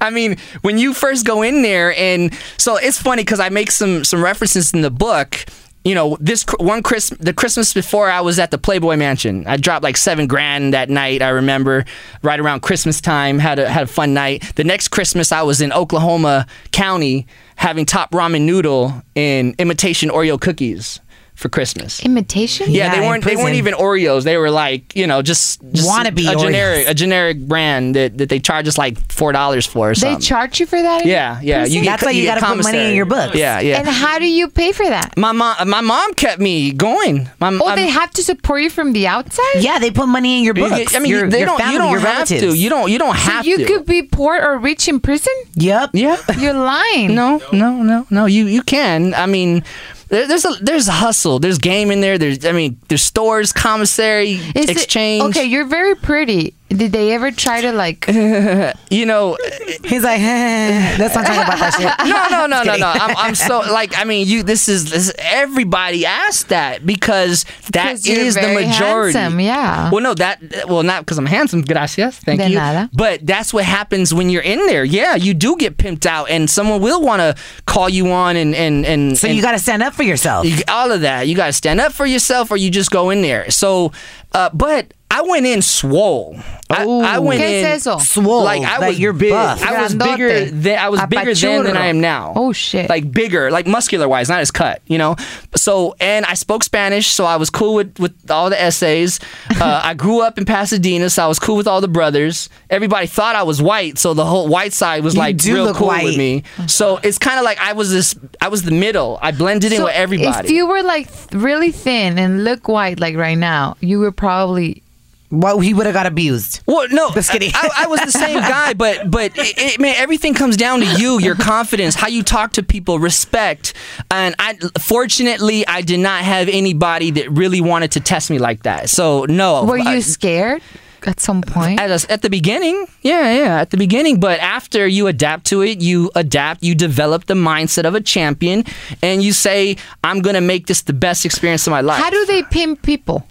Speaker 7: I mean, when you first go in there, and so it's funny because I make some some references in the book. You know, this cr- one Christmas, the Christmas before I was at the Playboy Mansion. I dropped like seven grand that night. I remember right around Christmas time had a had a fun night. The next Christmas I was in Oklahoma County having top ramen noodle and imitation Oreo cookies for Christmas.
Speaker 2: Imitation?
Speaker 7: Yeah,
Speaker 1: Yeah,
Speaker 7: they
Speaker 1: in
Speaker 7: weren't. They weren't
Speaker 1: prison.
Speaker 7: even Oreos. They were like you know just, just
Speaker 1: Wannabe
Speaker 7: a
Speaker 1: Oreos.
Speaker 7: generic a generic brand that, that they charge us like four dollars for or
Speaker 2: They
Speaker 7: something.
Speaker 2: charge you for that? in
Speaker 7: yeah, yeah.
Speaker 2: prison?
Speaker 7: get
Speaker 1: That's
Speaker 7: co-
Speaker 1: why you
Speaker 7: get
Speaker 1: gotta put money in
Speaker 7: commissary.
Speaker 1: your books.
Speaker 7: Yeah, yeah.
Speaker 2: And how do you pay for that?
Speaker 7: my mom, my mom kept me going. My
Speaker 2: Oh,
Speaker 7: I'm-
Speaker 2: they have to support you from the outside?
Speaker 1: Yeah, they put money in your
Speaker 7: you-
Speaker 1: books.
Speaker 7: I mean,
Speaker 1: your,
Speaker 7: they
Speaker 1: your
Speaker 7: don't.
Speaker 1: family,
Speaker 7: you don't
Speaker 1: your
Speaker 7: have
Speaker 1: relatives.
Speaker 7: to. You don't. You don't
Speaker 2: So
Speaker 7: have
Speaker 2: you
Speaker 7: to.
Speaker 2: could be poor or rich in prison?
Speaker 1: Yep.
Speaker 7: yeah.
Speaker 2: You're lying.
Speaker 7: No, no, no, no. You you can. I mean, there, there's a there's hustle. There's game in there. There's I mean, there's stores, commissary,
Speaker 2: Is it-
Speaker 7: exchange.
Speaker 2: okay, you're very pretty. Did they ever try to like?
Speaker 7: You know,
Speaker 1: He's like, that's not talking about that shit.
Speaker 7: no, no, no, no, no. I'm, I'm so like I mean, you. This is this. Everybody asked that because that is
Speaker 2: Because you're
Speaker 7: the
Speaker 2: very
Speaker 7: majority.
Speaker 2: handsome, yeah.
Speaker 7: Well, no, that well not because I'm handsome. Gracias, thank
Speaker 2: De
Speaker 7: you.
Speaker 2: nada.
Speaker 7: But that's what happens when you're in there. Yeah, you do get pimped out, and someone will want to call you on and and and.
Speaker 1: So
Speaker 7: and,
Speaker 1: you got to stand up for yourself.
Speaker 7: you- all of that. You got to stand up for yourself, or you just go in there. So, uh, but I went in swole. I, I went
Speaker 2: ¿Qué
Speaker 7: in
Speaker 2: es eso?
Speaker 1: Swole,
Speaker 7: Like I
Speaker 1: like
Speaker 7: was
Speaker 1: you're
Speaker 7: big.
Speaker 1: buff.
Speaker 7: I was
Speaker 2: Grandote.
Speaker 7: bigger than I was bigger then than I am now.
Speaker 2: Oh, shit.
Speaker 7: Like bigger, like muscular wise, not as cut. You know. So and I spoke Spanish, so I was cool with with all the essays. Uh, I grew up in Pasadena, so I was cool with all the brothers. Everybody thought I was white, so the whole white side was
Speaker 1: You
Speaker 7: like
Speaker 1: do
Speaker 7: real
Speaker 1: look
Speaker 7: cool
Speaker 1: white.
Speaker 7: with me. So it's kind of like I was this. I was the middle. I blended in
Speaker 2: So
Speaker 7: with everybody.
Speaker 2: If you were like th- really thin and look white like right now, you were probably
Speaker 1: Well, he would have got abused.
Speaker 7: Well, no,
Speaker 1: Just kidding.
Speaker 7: I, I was the same guy, but but it, it, man, everything comes down to you, your confidence, how you talk to people, respect. And I fortunately, I did not have anybody that really wanted to test me like that. So no,
Speaker 2: were
Speaker 7: Oh, I-
Speaker 2: you scared at some point?
Speaker 7: at, us- at the beginning, yeah, yeah, at the beginning. But after you adapt to it, you adapt, you develop the mindset of a champion, and you say, "I'm gonna make this the best experience of my life."
Speaker 2: How do they pimp people?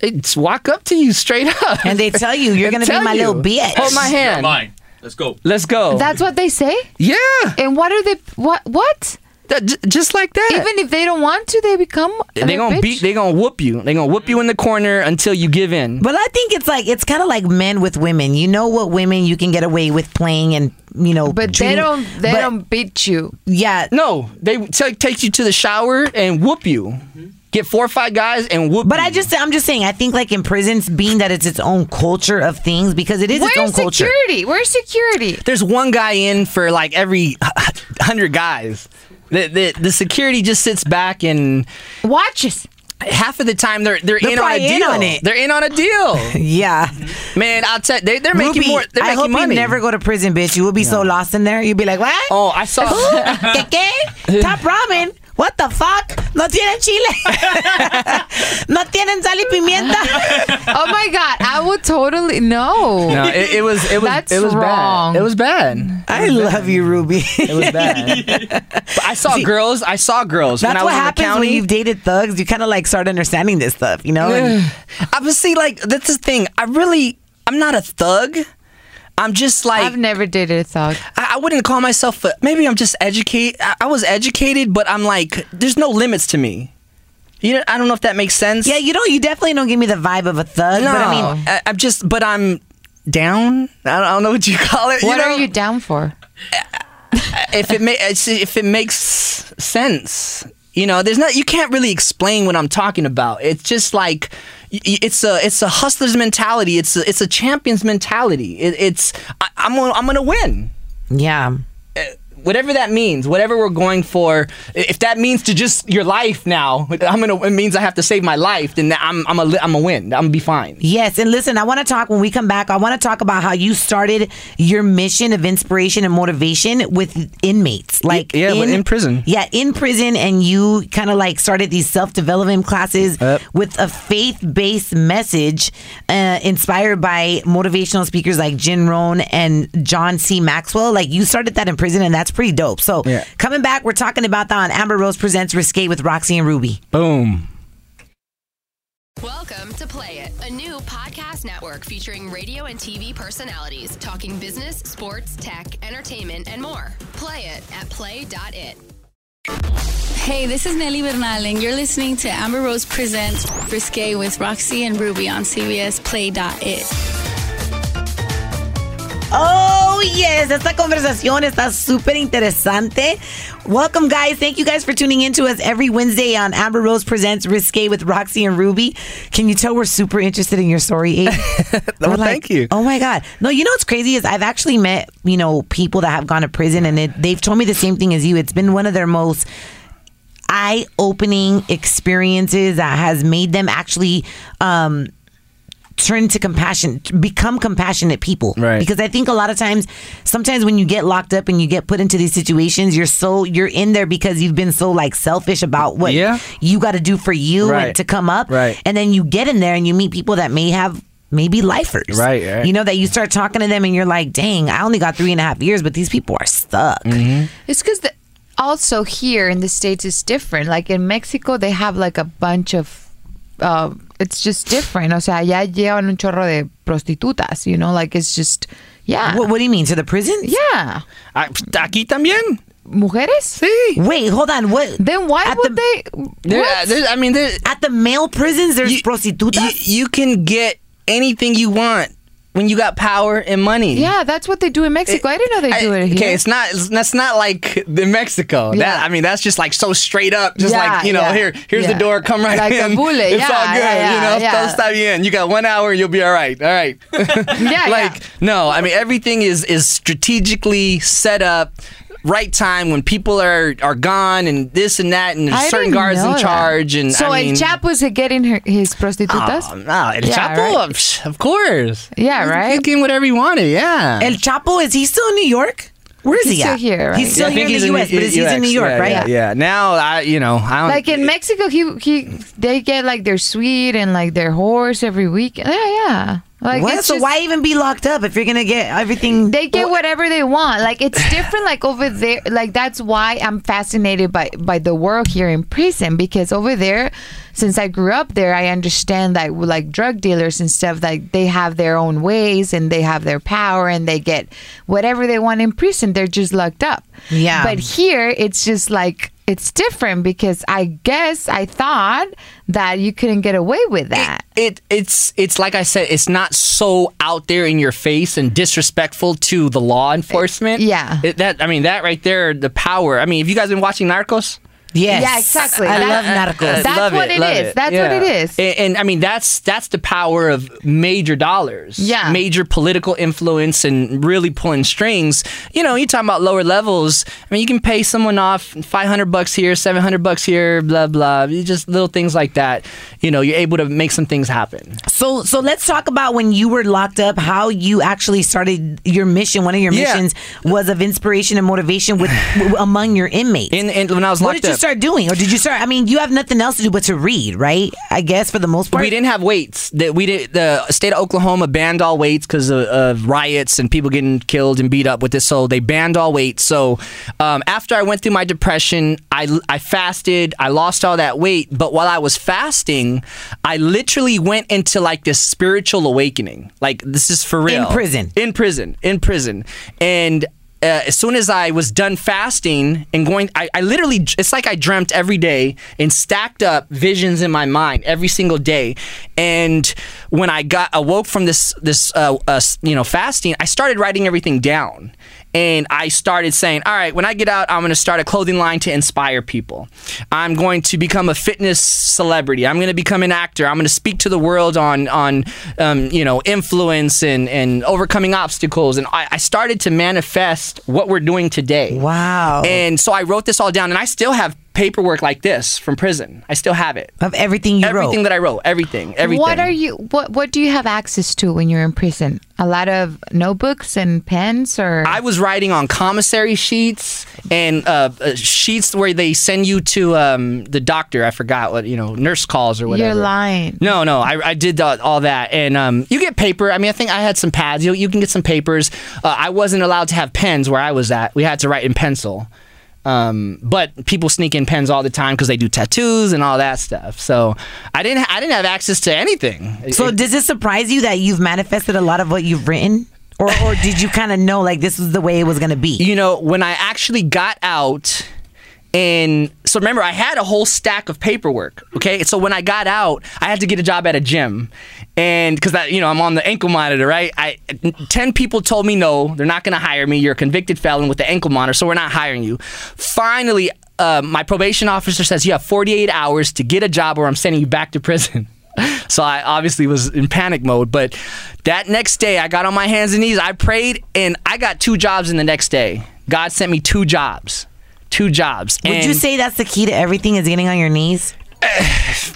Speaker 7: it's walk up to you straight up?
Speaker 1: And they tell you, you're
Speaker 7: And
Speaker 1: going to be
Speaker 7: tell
Speaker 1: my
Speaker 7: you,
Speaker 1: little bitch.
Speaker 7: Hold my hand.
Speaker 8: Mine. Let's go.
Speaker 7: Let's go.
Speaker 2: That's what they say.
Speaker 7: yeah.
Speaker 2: And what are they? What? What?
Speaker 7: That, j- just like that.
Speaker 2: Even if they don't want to, they become.
Speaker 7: they gonna beat. They gonna whoop you. They gonna whoop you in the corner until you give in.
Speaker 1: But I think it's like it's kind of like men with women. You know what women you can get away with playing and you know,
Speaker 2: But they
Speaker 1: treating-
Speaker 2: don't. They
Speaker 1: but-
Speaker 2: don't beat you.
Speaker 1: Yeah,
Speaker 7: no, they take take you to the shower and whoop you. Get four or five guys and whoop.
Speaker 1: Mm-hmm. But
Speaker 7: you.
Speaker 1: I just, I'm just saying, I think like in prisons, being that it's its own culture of things because it is its own
Speaker 2: Where's
Speaker 1: culture.
Speaker 2: security? Where's security?
Speaker 7: there's one guy in for like every hundred guys. The, the the security just sits back and
Speaker 2: Watches.
Speaker 7: half of the time they're they're, in on a
Speaker 1: probably
Speaker 7: deal.
Speaker 1: in on it.
Speaker 7: They're in on a deal.
Speaker 1: Yeah,
Speaker 7: Man, I'll tell they they're making
Speaker 1: Ruby,
Speaker 7: more. They're
Speaker 1: I hope
Speaker 7: making money.
Speaker 1: you never go to prison, bitch. You will be so lost in there. You'd be like, what?
Speaker 7: oh, I saw.
Speaker 1: ¿Qué, qué? Top ramen. What the fuck? No tienen chile. no tienen sal y pimienta.
Speaker 2: Oh my god! I would totally no.
Speaker 7: no, it, it was it was
Speaker 2: That's
Speaker 7: it was
Speaker 2: wrong.
Speaker 7: bad. It was bad.
Speaker 1: I love you, Ruby.
Speaker 7: It was bad. But I saw girls. I saw girls. when
Speaker 1: That's
Speaker 7: I
Speaker 1: what
Speaker 7: was in the
Speaker 1: happens
Speaker 7: county.
Speaker 1: when you've dated thugs. You kind of like start understanding this stuff, you know? And
Speaker 7: I but see, like that's the thing. I really, I'm not a thug. I'm just like
Speaker 2: I've never dated a thug.
Speaker 7: I, I wouldn't call myself. A, maybe I'm just educate. I, I was educated, but I'm like, there's no limits to me. You know, I don't know if that makes sense.
Speaker 1: yeah, you don't. You definitely don't give me the vibe of a thug.
Speaker 7: no.
Speaker 1: But I mean,
Speaker 7: I, am just, but I'm down. I don't, I don't know what you call it.
Speaker 2: What
Speaker 7: you know?
Speaker 2: are you down for?
Speaker 7: if it makes if it makes sense you know there's not you can't really explain what i'm talking about it's just like y- y- it's a it's a hustler's mentality it's a, it's a champion's mentality it, it's I, i'm gonna, i'm going to win
Speaker 1: yeah.
Speaker 7: whatever that means whatever we're going for i- if that means to just your life now i'm going to it means i have to save my life then i'm i'm a li- i'm a win i'm going to be fine
Speaker 1: Yes, and listen, I want to talk when we come back. I want to talk about how you started your mission of inspiration and motivation with inmates, like
Speaker 7: yeah, well, in prison.
Speaker 1: Yeah, in prison, and you kind of like started these self development classes with a faith based message uh, inspired by motivational speakers like Jim Rohn and John C. Maxwell. Like you started that in prison, and that's pretty dope. So
Speaker 7: Yeah.
Speaker 1: coming back, we're talking about that on Amber Rose presents Risque with Roxy and Ruby.
Speaker 7: boom
Speaker 4: Welcome to Play It, a new podcast network featuring radio and TV personalities talking business, sports, tech, entertainment, and more. Play it at play.it.
Speaker 9: Hey, this is Nelly Bernal, and you're listening to Amber Rose Presents Risque with Roxy and Ruby on CBS Play.it.
Speaker 1: Oh, yes. Esta conversación está súper interesante. Welcome, guys. Thank you guys for tuning in to us every Wednesday on Amber Rose Presents Risque with Roxy and Ruby. Can you tell we're super interested in your story, Abe?
Speaker 7: Well,
Speaker 1: We're
Speaker 7: thank you.
Speaker 1: Oh, my God. No, you know what's crazy is I've actually met, you know, people that have gone to prison and it, they've told me the same thing as you. It's been one of their most eye opening experiences that has made them actually um, turn to compassion, to become compassionate people.
Speaker 7: Right.
Speaker 1: Because I think a lot of times, sometimes when you get locked up and you get put into these situations, you're so, you're in there because you've been so like selfish about what
Speaker 7: Yeah.
Speaker 1: you got to do for you
Speaker 7: Right.
Speaker 1: and to come up.
Speaker 7: Right.
Speaker 1: And then you get in there and you meet people that may have maybe lifers.
Speaker 7: Right, right.
Speaker 1: You know, that you start talking to them and you're like, dang, I only got three and a half years, but these people are stuck.
Speaker 7: Mm-hmm.
Speaker 2: It's because the, also here in the states it's different. Like in Mexico, they have like a bunch of. Uh, it's just different. O sea, ya llevan un chorro de prostitutas. You know, like it's just. Yeah.
Speaker 1: What, what do you mean? To the prisons?
Speaker 2: yeah.
Speaker 7: Ah, pues, Aquí también.
Speaker 2: Mujeres.
Speaker 7: Sí.
Speaker 1: Wait, hold on. What?
Speaker 2: Then why
Speaker 1: At
Speaker 2: would
Speaker 1: the-
Speaker 2: they?
Speaker 7: There-
Speaker 2: What?
Speaker 7: there- I mean, there,
Speaker 1: At the male prisons, there's prostitutas?
Speaker 7: You, you can get anything you want when you got power and money.
Speaker 2: yeah, that's what they do in Mexico. I didn't know they
Speaker 7: I-
Speaker 2: do it here.
Speaker 7: Okay, it's not. It's, that's not like the Mexico. That
Speaker 2: Yeah.
Speaker 7: I mean, that's just like so straight up. Just
Speaker 2: Yeah,
Speaker 7: like you know,
Speaker 2: yeah,
Speaker 7: here, here's
Speaker 2: yeah.
Speaker 7: the door. Come right
Speaker 2: Like a
Speaker 7: in.
Speaker 2: bullet,
Speaker 7: It's
Speaker 2: yeah,
Speaker 7: all good.
Speaker 2: yeah,
Speaker 7: you know,
Speaker 2: yeah, yeah.
Speaker 7: don't stop you in. You got one hour. You'll be all right. All right.
Speaker 2: yeah, yeah.
Speaker 7: like no i mean everything is is strategically set up right time when people are are gone and this and that and
Speaker 2: I
Speaker 7: there's certain
Speaker 2: didn't
Speaker 7: guards
Speaker 2: know
Speaker 7: in
Speaker 2: that.
Speaker 7: charge and
Speaker 2: so
Speaker 7: I mean,
Speaker 2: El Chapo's getting her, his prostitutas.
Speaker 7: Oh, no, El
Speaker 2: Yeah,
Speaker 7: Chapo,
Speaker 2: right.
Speaker 7: psh, of course.
Speaker 2: Yeah,
Speaker 7: He's
Speaker 2: right?
Speaker 7: Thinking whatever he wanted, yeah.
Speaker 1: El Chapo, is he still in New York? Where is
Speaker 2: He's
Speaker 1: he
Speaker 2: still
Speaker 1: at?
Speaker 2: here, right?
Speaker 1: He's still
Speaker 7: I
Speaker 1: here
Speaker 7: think
Speaker 1: in the
Speaker 7: he's
Speaker 1: U.S., but is he's in New York,
Speaker 7: yeah,
Speaker 1: right?
Speaker 7: Yeah, yeah. Now I, you know, I don't.
Speaker 2: like in Mexico, he he they get like their sweet and like their horse every week. Yeah, yeah. Like
Speaker 1: What?
Speaker 2: it's
Speaker 1: So
Speaker 2: just-
Speaker 1: why even be locked up if you're gonna get everything?
Speaker 2: they get whatever they want. Like it's different. Like over there, like that's why I'm fascinated by by the world here in prison because over there, since I grew up there, I understand that like drug dealers and stuff, like they have their own ways and they have their power and they get whatever they want in prison. They're just locked up.
Speaker 1: Yeah.
Speaker 2: But here, it's just like. It's different because I guess I thought that you couldn't get away with that.
Speaker 7: it it's it's like I said, it's not so out there in your face and disrespectful to the law enforcement.
Speaker 2: Yeah.
Speaker 7: It- that I mean that right there, the power. I mean, have you guys been watching Narcos?
Speaker 1: Yes.
Speaker 2: Yeah, exactly.
Speaker 1: I love
Speaker 2: That's-
Speaker 1: narcos.
Speaker 2: That's
Speaker 7: Love
Speaker 2: what it
Speaker 7: love
Speaker 2: is. That's what it is.
Speaker 7: And, and, I mean, that's that's the power of major dollars,
Speaker 2: Yeah.
Speaker 7: major political influence, and really pulling strings. You know, you talking about lower levels. I mean, you can pay someone off five hundred bucks here, seven hundred bucks here, blah blah. You just little things like that. You know, you're able to make some things happen.
Speaker 1: So, so let's talk about when you were locked up. How you actually started your mission. One of your
Speaker 7: Yeah.
Speaker 1: missions was of inspiration and motivation with w- among your inmates.
Speaker 7: In, in when I was
Speaker 1: what
Speaker 7: locked
Speaker 1: did you
Speaker 7: up,
Speaker 1: start doing, or did you start? I mean, you have nothing else to do but to read, right? I guess for the most part.
Speaker 7: We didn't have weights. That we did. The state of Oklahoma banned all weights because of, of riots and people getting killed and beat up with this. So they banned all weights. So um, after I went through my depression, I I fasted. I lost all that weight. But while I was fasting, I literally went into like this spiritual awakening. Like this is for real.
Speaker 1: prison.
Speaker 7: In prison. In prison. And. Uh, as soon as I was done fasting and going, I, I literally, it's like I dreamt every day and stacked up visions in my mind every single day. And when I got awoke from this, this, uh, uh, s- you know, fasting, I started writing everything down. And I started saying, all right, when I get out, I'm going to start a clothing line to inspire people. I'm going to become a fitness celebrity. I'm going to become an actor. I'm going to speak to the world on, on um, you know, influence and, and overcoming obstacles. And I, I started to manifest what we're doing today.
Speaker 1: Wow.
Speaker 7: And so I wrote this all down, and I still have paperwork like this from prison. I still have it.
Speaker 1: of everything you
Speaker 7: everything
Speaker 1: wrote.
Speaker 7: that I wrote, everything, everything.
Speaker 2: What are you? What What do you have access to when you're in prison? A lot of notebooks and pens, or
Speaker 7: I was writing on commissary sheets and uh, uh, sheets where they send you to um, the doctor. I forgot what you know, nurse calls or whatever.
Speaker 2: you're lying.
Speaker 7: No, no, I, I did all, all that, and um, you get paper. I mean, I think I had some pads. You you can get some papers. Uh, I wasn't allowed to have pens where I was at. We had to write in pencil. Um, but people sneak in pens all the time because they do tattoos and all that stuff. So I didn't I didn't have access to anything.
Speaker 1: So, does it surprise you that you've manifested a lot of what you've written, or or did you kind of know like this was the way it was gonna be?
Speaker 7: you know, when I actually got out and so remember I had a whole stack of paperwork, okay? So when I got out, I had to get a job at a gym. And cuz that, you know, I'm on the ankle monitor, right? I 10 people told me no, they're not going to hire me. You're a convicted felon with the ankle monitor, so we're not hiring you. Finally, uh, my probation officer says you have 48 hours to get a job or I'm sending you back to prison. So I obviously was in panic mode, but that next day I got on my hands and knees, I prayed, and I got two jobs in the next day. God sent me two jobs, two jobs.
Speaker 1: Would you
Speaker 7: And
Speaker 1: say that's the key to everything is getting on your knees?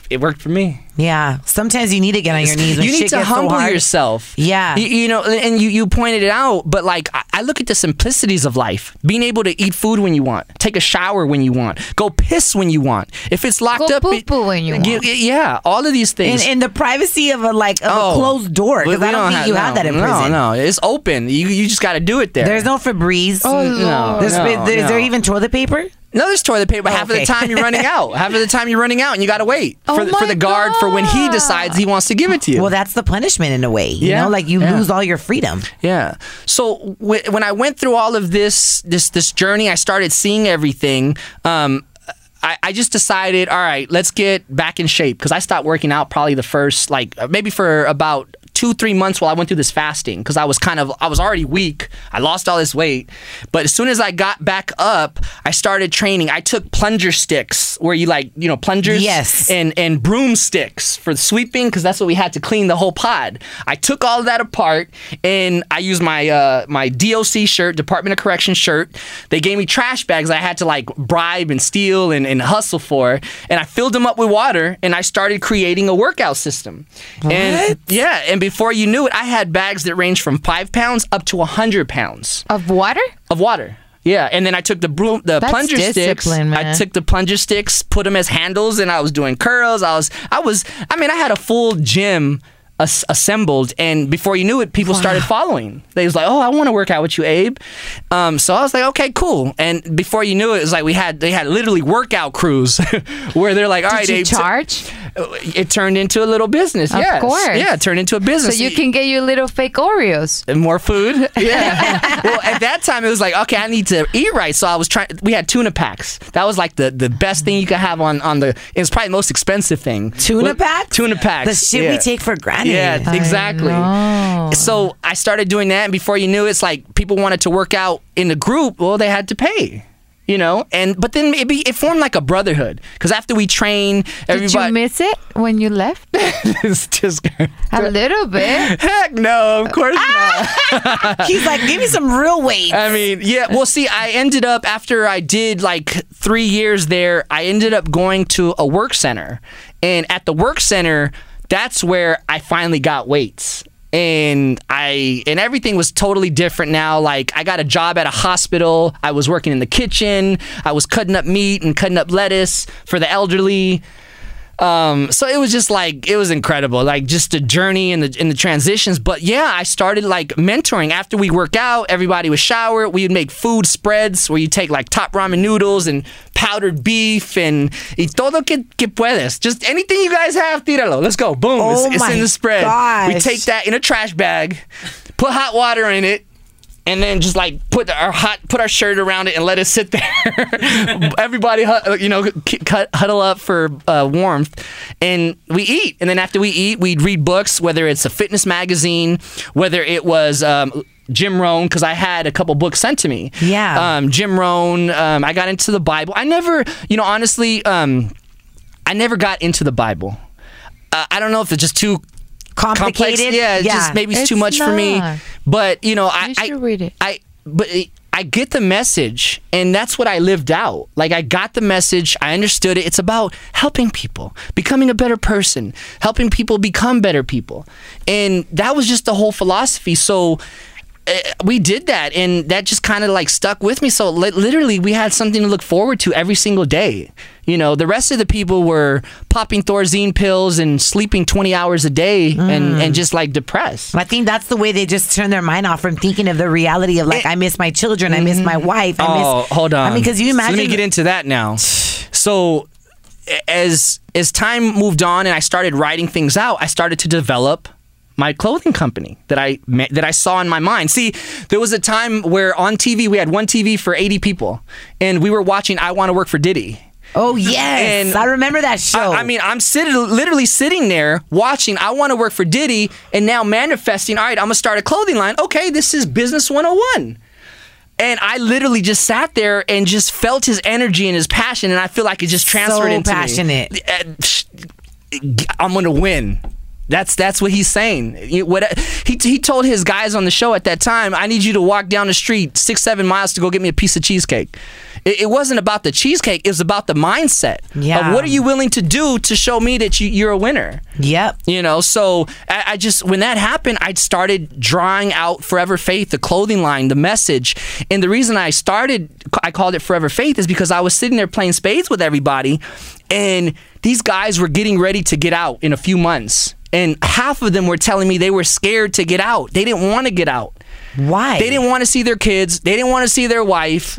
Speaker 7: It worked for me.
Speaker 1: Yeah. Sometimes you need to get on your knees. When
Speaker 7: you
Speaker 1: shit
Speaker 7: need to
Speaker 1: gets so
Speaker 7: humble
Speaker 1: hard.
Speaker 7: yourself.
Speaker 1: Yeah.
Speaker 7: You, you know, and you, you pointed it out, but like I, I look at the simplicities of life. Being able to eat food when you want, take a shower when you want, go piss when you want. If it's locked
Speaker 2: Go
Speaker 7: up, it-
Speaker 2: poo-poo when you
Speaker 7: y-
Speaker 2: want.
Speaker 7: y- Yeah, all of these
Speaker 1: In,
Speaker 7: things.
Speaker 1: in the privacy of a like of a closed door
Speaker 7: Oh. We-
Speaker 1: because
Speaker 7: we
Speaker 1: I don't think you have
Speaker 7: no,
Speaker 1: that in
Speaker 7: no,
Speaker 1: prison.
Speaker 7: No, it's open. You you just got to do it there.
Speaker 1: There's no Febreze.
Speaker 2: Oh, Lord.
Speaker 1: There's,
Speaker 7: no,
Speaker 1: is there
Speaker 7: no.
Speaker 1: even toilet paper?
Speaker 7: No, there's toilet paper. but Half
Speaker 1: Okay.
Speaker 7: of the time you're running out. Half of the time you're running out, and you gotta wait for,
Speaker 2: Oh
Speaker 7: the- for
Speaker 2: my
Speaker 7: the guard for when he
Speaker 2: God.
Speaker 7: decides he wants to give it to you.
Speaker 1: Well, that's the punishment in a way. You
Speaker 7: Yeah.
Speaker 1: know, like you
Speaker 7: Yeah.
Speaker 1: lose all your freedom.
Speaker 7: yeah. So w- when I went through all of this this this journey, I started seeing everything. Um, I, I just decided, all right, let's get back in shape because I stopped working out probably the first like uh, maybe for about two three months while I went through this fasting because I was kind of I was already weak. I lost all this weight, but as soon as I got back up, I started training. I took plunger sticks where you like you know plungers
Speaker 1: Yes.
Speaker 7: and and broomsticks for sweeping because that's what we had to clean the whole pod. I took all that apart and I used my uh, my DOC shirt, Department of Correction shirt. They gave me trash bags I had to like bribe and steal and, and hustle for, and I filled them up with water and I started creating a workout system. And yeah, and before you knew it, I had bags that ranged from five pounds up to hundred pounds
Speaker 2: Of water?
Speaker 7: of water. Yeah, and then I took the broom, the
Speaker 2: That's
Speaker 7: plunger sticks.
Speaker 2: discipline, man.
Speaker 7: I took the plunger sticks, put them as handles, and I was doing curls. I was, I was, I mean, I had a full gym as- assembled, and before you knew it, people started following. They was like, "Oh, I want to work out with you, Abe." Um, so I was like, "Okay, cool." And before you knew it, it was like we had they had literally workout crews where they're like, "All right,
Speaker 2: Did you
Speaker 7: Abe." t-
Speaker 2: charge?
Speaker 7: it turned into a little business.
Speaker 2: Of
Speaker 7: yes.
Speaker 2: course.
Speaker 7: Yeah, it turned into a
Speaker 2: So
Speaker 7: business.
Speaker 2: you
Speaker 7: Y-
Speaker 2: can get your little fake Oreos.
Speaker 7: and more food. Yeah. well, at that time it was like, okay, I need to eat right. So I was trying. We had tuna packs. That was like the, the best thing you could have on on the. It was probably the most expensive thing.
Speaker 1: Tuna
Speaker 7: Well,
Speaker 1: packs?
Speaker 7: Tuna packs.
Speaker 1: The shit we
Speaker 7: yeah.
Speaker 1: take for granted.
Speaker 7: Yeah, exactly.
Speaker 2: know.
Speaker 7: So I started doing that, and before you knew, it, it's like people wanted to work out in the group. Well, they had to pay. You know, and but then it, be, it formed like a brotherhood because after we train,
Speaker 2: Did you
Speaker 7: everybody
Speaker 2: miss it when you left?
Speaker 7: It's just
Speaker 2: A little bit.
Speaker 7: heck no, of course
Speaker 1: Ah,
Speaker 7: not.
Speaker 1: He's like, give me some real weight.
Speaker 7: I mean, yeah. Well, see, I ended up after I did like three years there, I ended up going to a work center, and at the work center, that's where I finally got weights. And I and everything was totally different now. Like I got a job at a hospital. I was working in the kitchen. I was cutting up meat and cutting up lettuce for the elderly. Um, so it was just like it was incredible, like just the journey and the and the transitions. But yeah, I started like mentoring after we work out. Everybody would shower. We would make food spreads where you take like top ramen noodles and powdered beef and y todo que, que puedes. Just anything you guys have, tíralo. Let's go. Boom.
Speaker 1: Oh
Speaker 7: it's, it's
Speaker 1: my
Speaker 7: in the spread. We
Speaker 1: gosh.
Speaker 7: take that in a trash bag, put hot water in it, and then just like put our hot put our shirt around it and let it sit there. Everybody, hu- uh, you know, k- cut, huddle up for uh, warmth, and we eat. And then after we eat, we'd read books, whether it's a fitness magazine, whether it was. Um, Jim Rohn, because I had a couple books sent to me.
Speaker 1: Yeah.
Speaker 7: Um, Jim Rohn. Um, I got into the Bible. I never, you know, honestly, um, I never got into the Bible. Uh, I don't know if it's just too
Speaker 1: Complicated.
Speaker 7: complex. Yeah, it's just maybe it's, too
Speaker 2: It's
Speaker 7: much for me.
Speaker 2: not.
Speaker 7: But you know, I
Speaker 2: You
Speaker 7: I-
Speaker 2: should read it.
Speaker 7: I but it- I get the message, and that's what I lived out. Like I got the message, I understood it. It's about helping people, becoming a better person, helping people become better people, and that was just the whole philosophy. So. eh, We did that, and that just kind of like stuck with me. So li- literally, we had something to look forward to every single day. You know, the rest of the people were popping Thorazine pills and sleeping twenty hours a day, and and just like depressed.
Speaker 1: I think that's the way they just turn their mind off from thinking of the reality of like I miss my children, I miss my wife. I
Speaker 7: Eh. Oh,
Speaker 1: miss,
Speaker 7: hold on.
Speaker 1: I mean, because you
Speaker 7: So
Speaker 1: imagine
Speaker 7: let me get into that now. So, a- as as time moved on and I started writing things out, I started to develop my clothing company that I ma- that I saw in my mind. See, there was a time where on TV we had one TV for eighty people, and we were watching I Want to Work for Diddy.
Speaker 1: Oh yes,
Speaker 7: And-
Speaker 1: I remember that show.
Speaker 7: I, I mean, I'm sitting, literally sitting there watching. I want to work for Diddy, and now manifesting. All right, I'm gonna start a clothing line. Okay, this is business 101. And I literally just sat there and just felt his energy and his passion, and I feel like it just transferred
Speaker 1: So
Speaker 7: into me.
Speaker 1: passionate.
Speaker 7: Uh, psh, I'm gonna win. That's that's what he's saying. You- what he he told his guys on the show at that time, I need you to walk down the street six seven miles to go get me a piece of cheesecake. It, it wasn't about the cheesecake. It was about the mindset
Speaker 1: Yeah.
Speaker 7: of what are you willing to do to show me that you, you're a winner.
Speaker 1: Yep.
Speaker 7: You know, so I, I just when that happened, I started drawing out Forever Faith, the clothing line, the message, and the reason I started, I called it Forever Faith, is because I was sitting there playing spades with everybody, and these guys were getting ready to get out in a few months, and half of them were telling me they were scared to get out, they didn't want to get out.
Speaker 1: Why?
Speaker 7: They didn't want to see their kids. They didn't want to see their wife.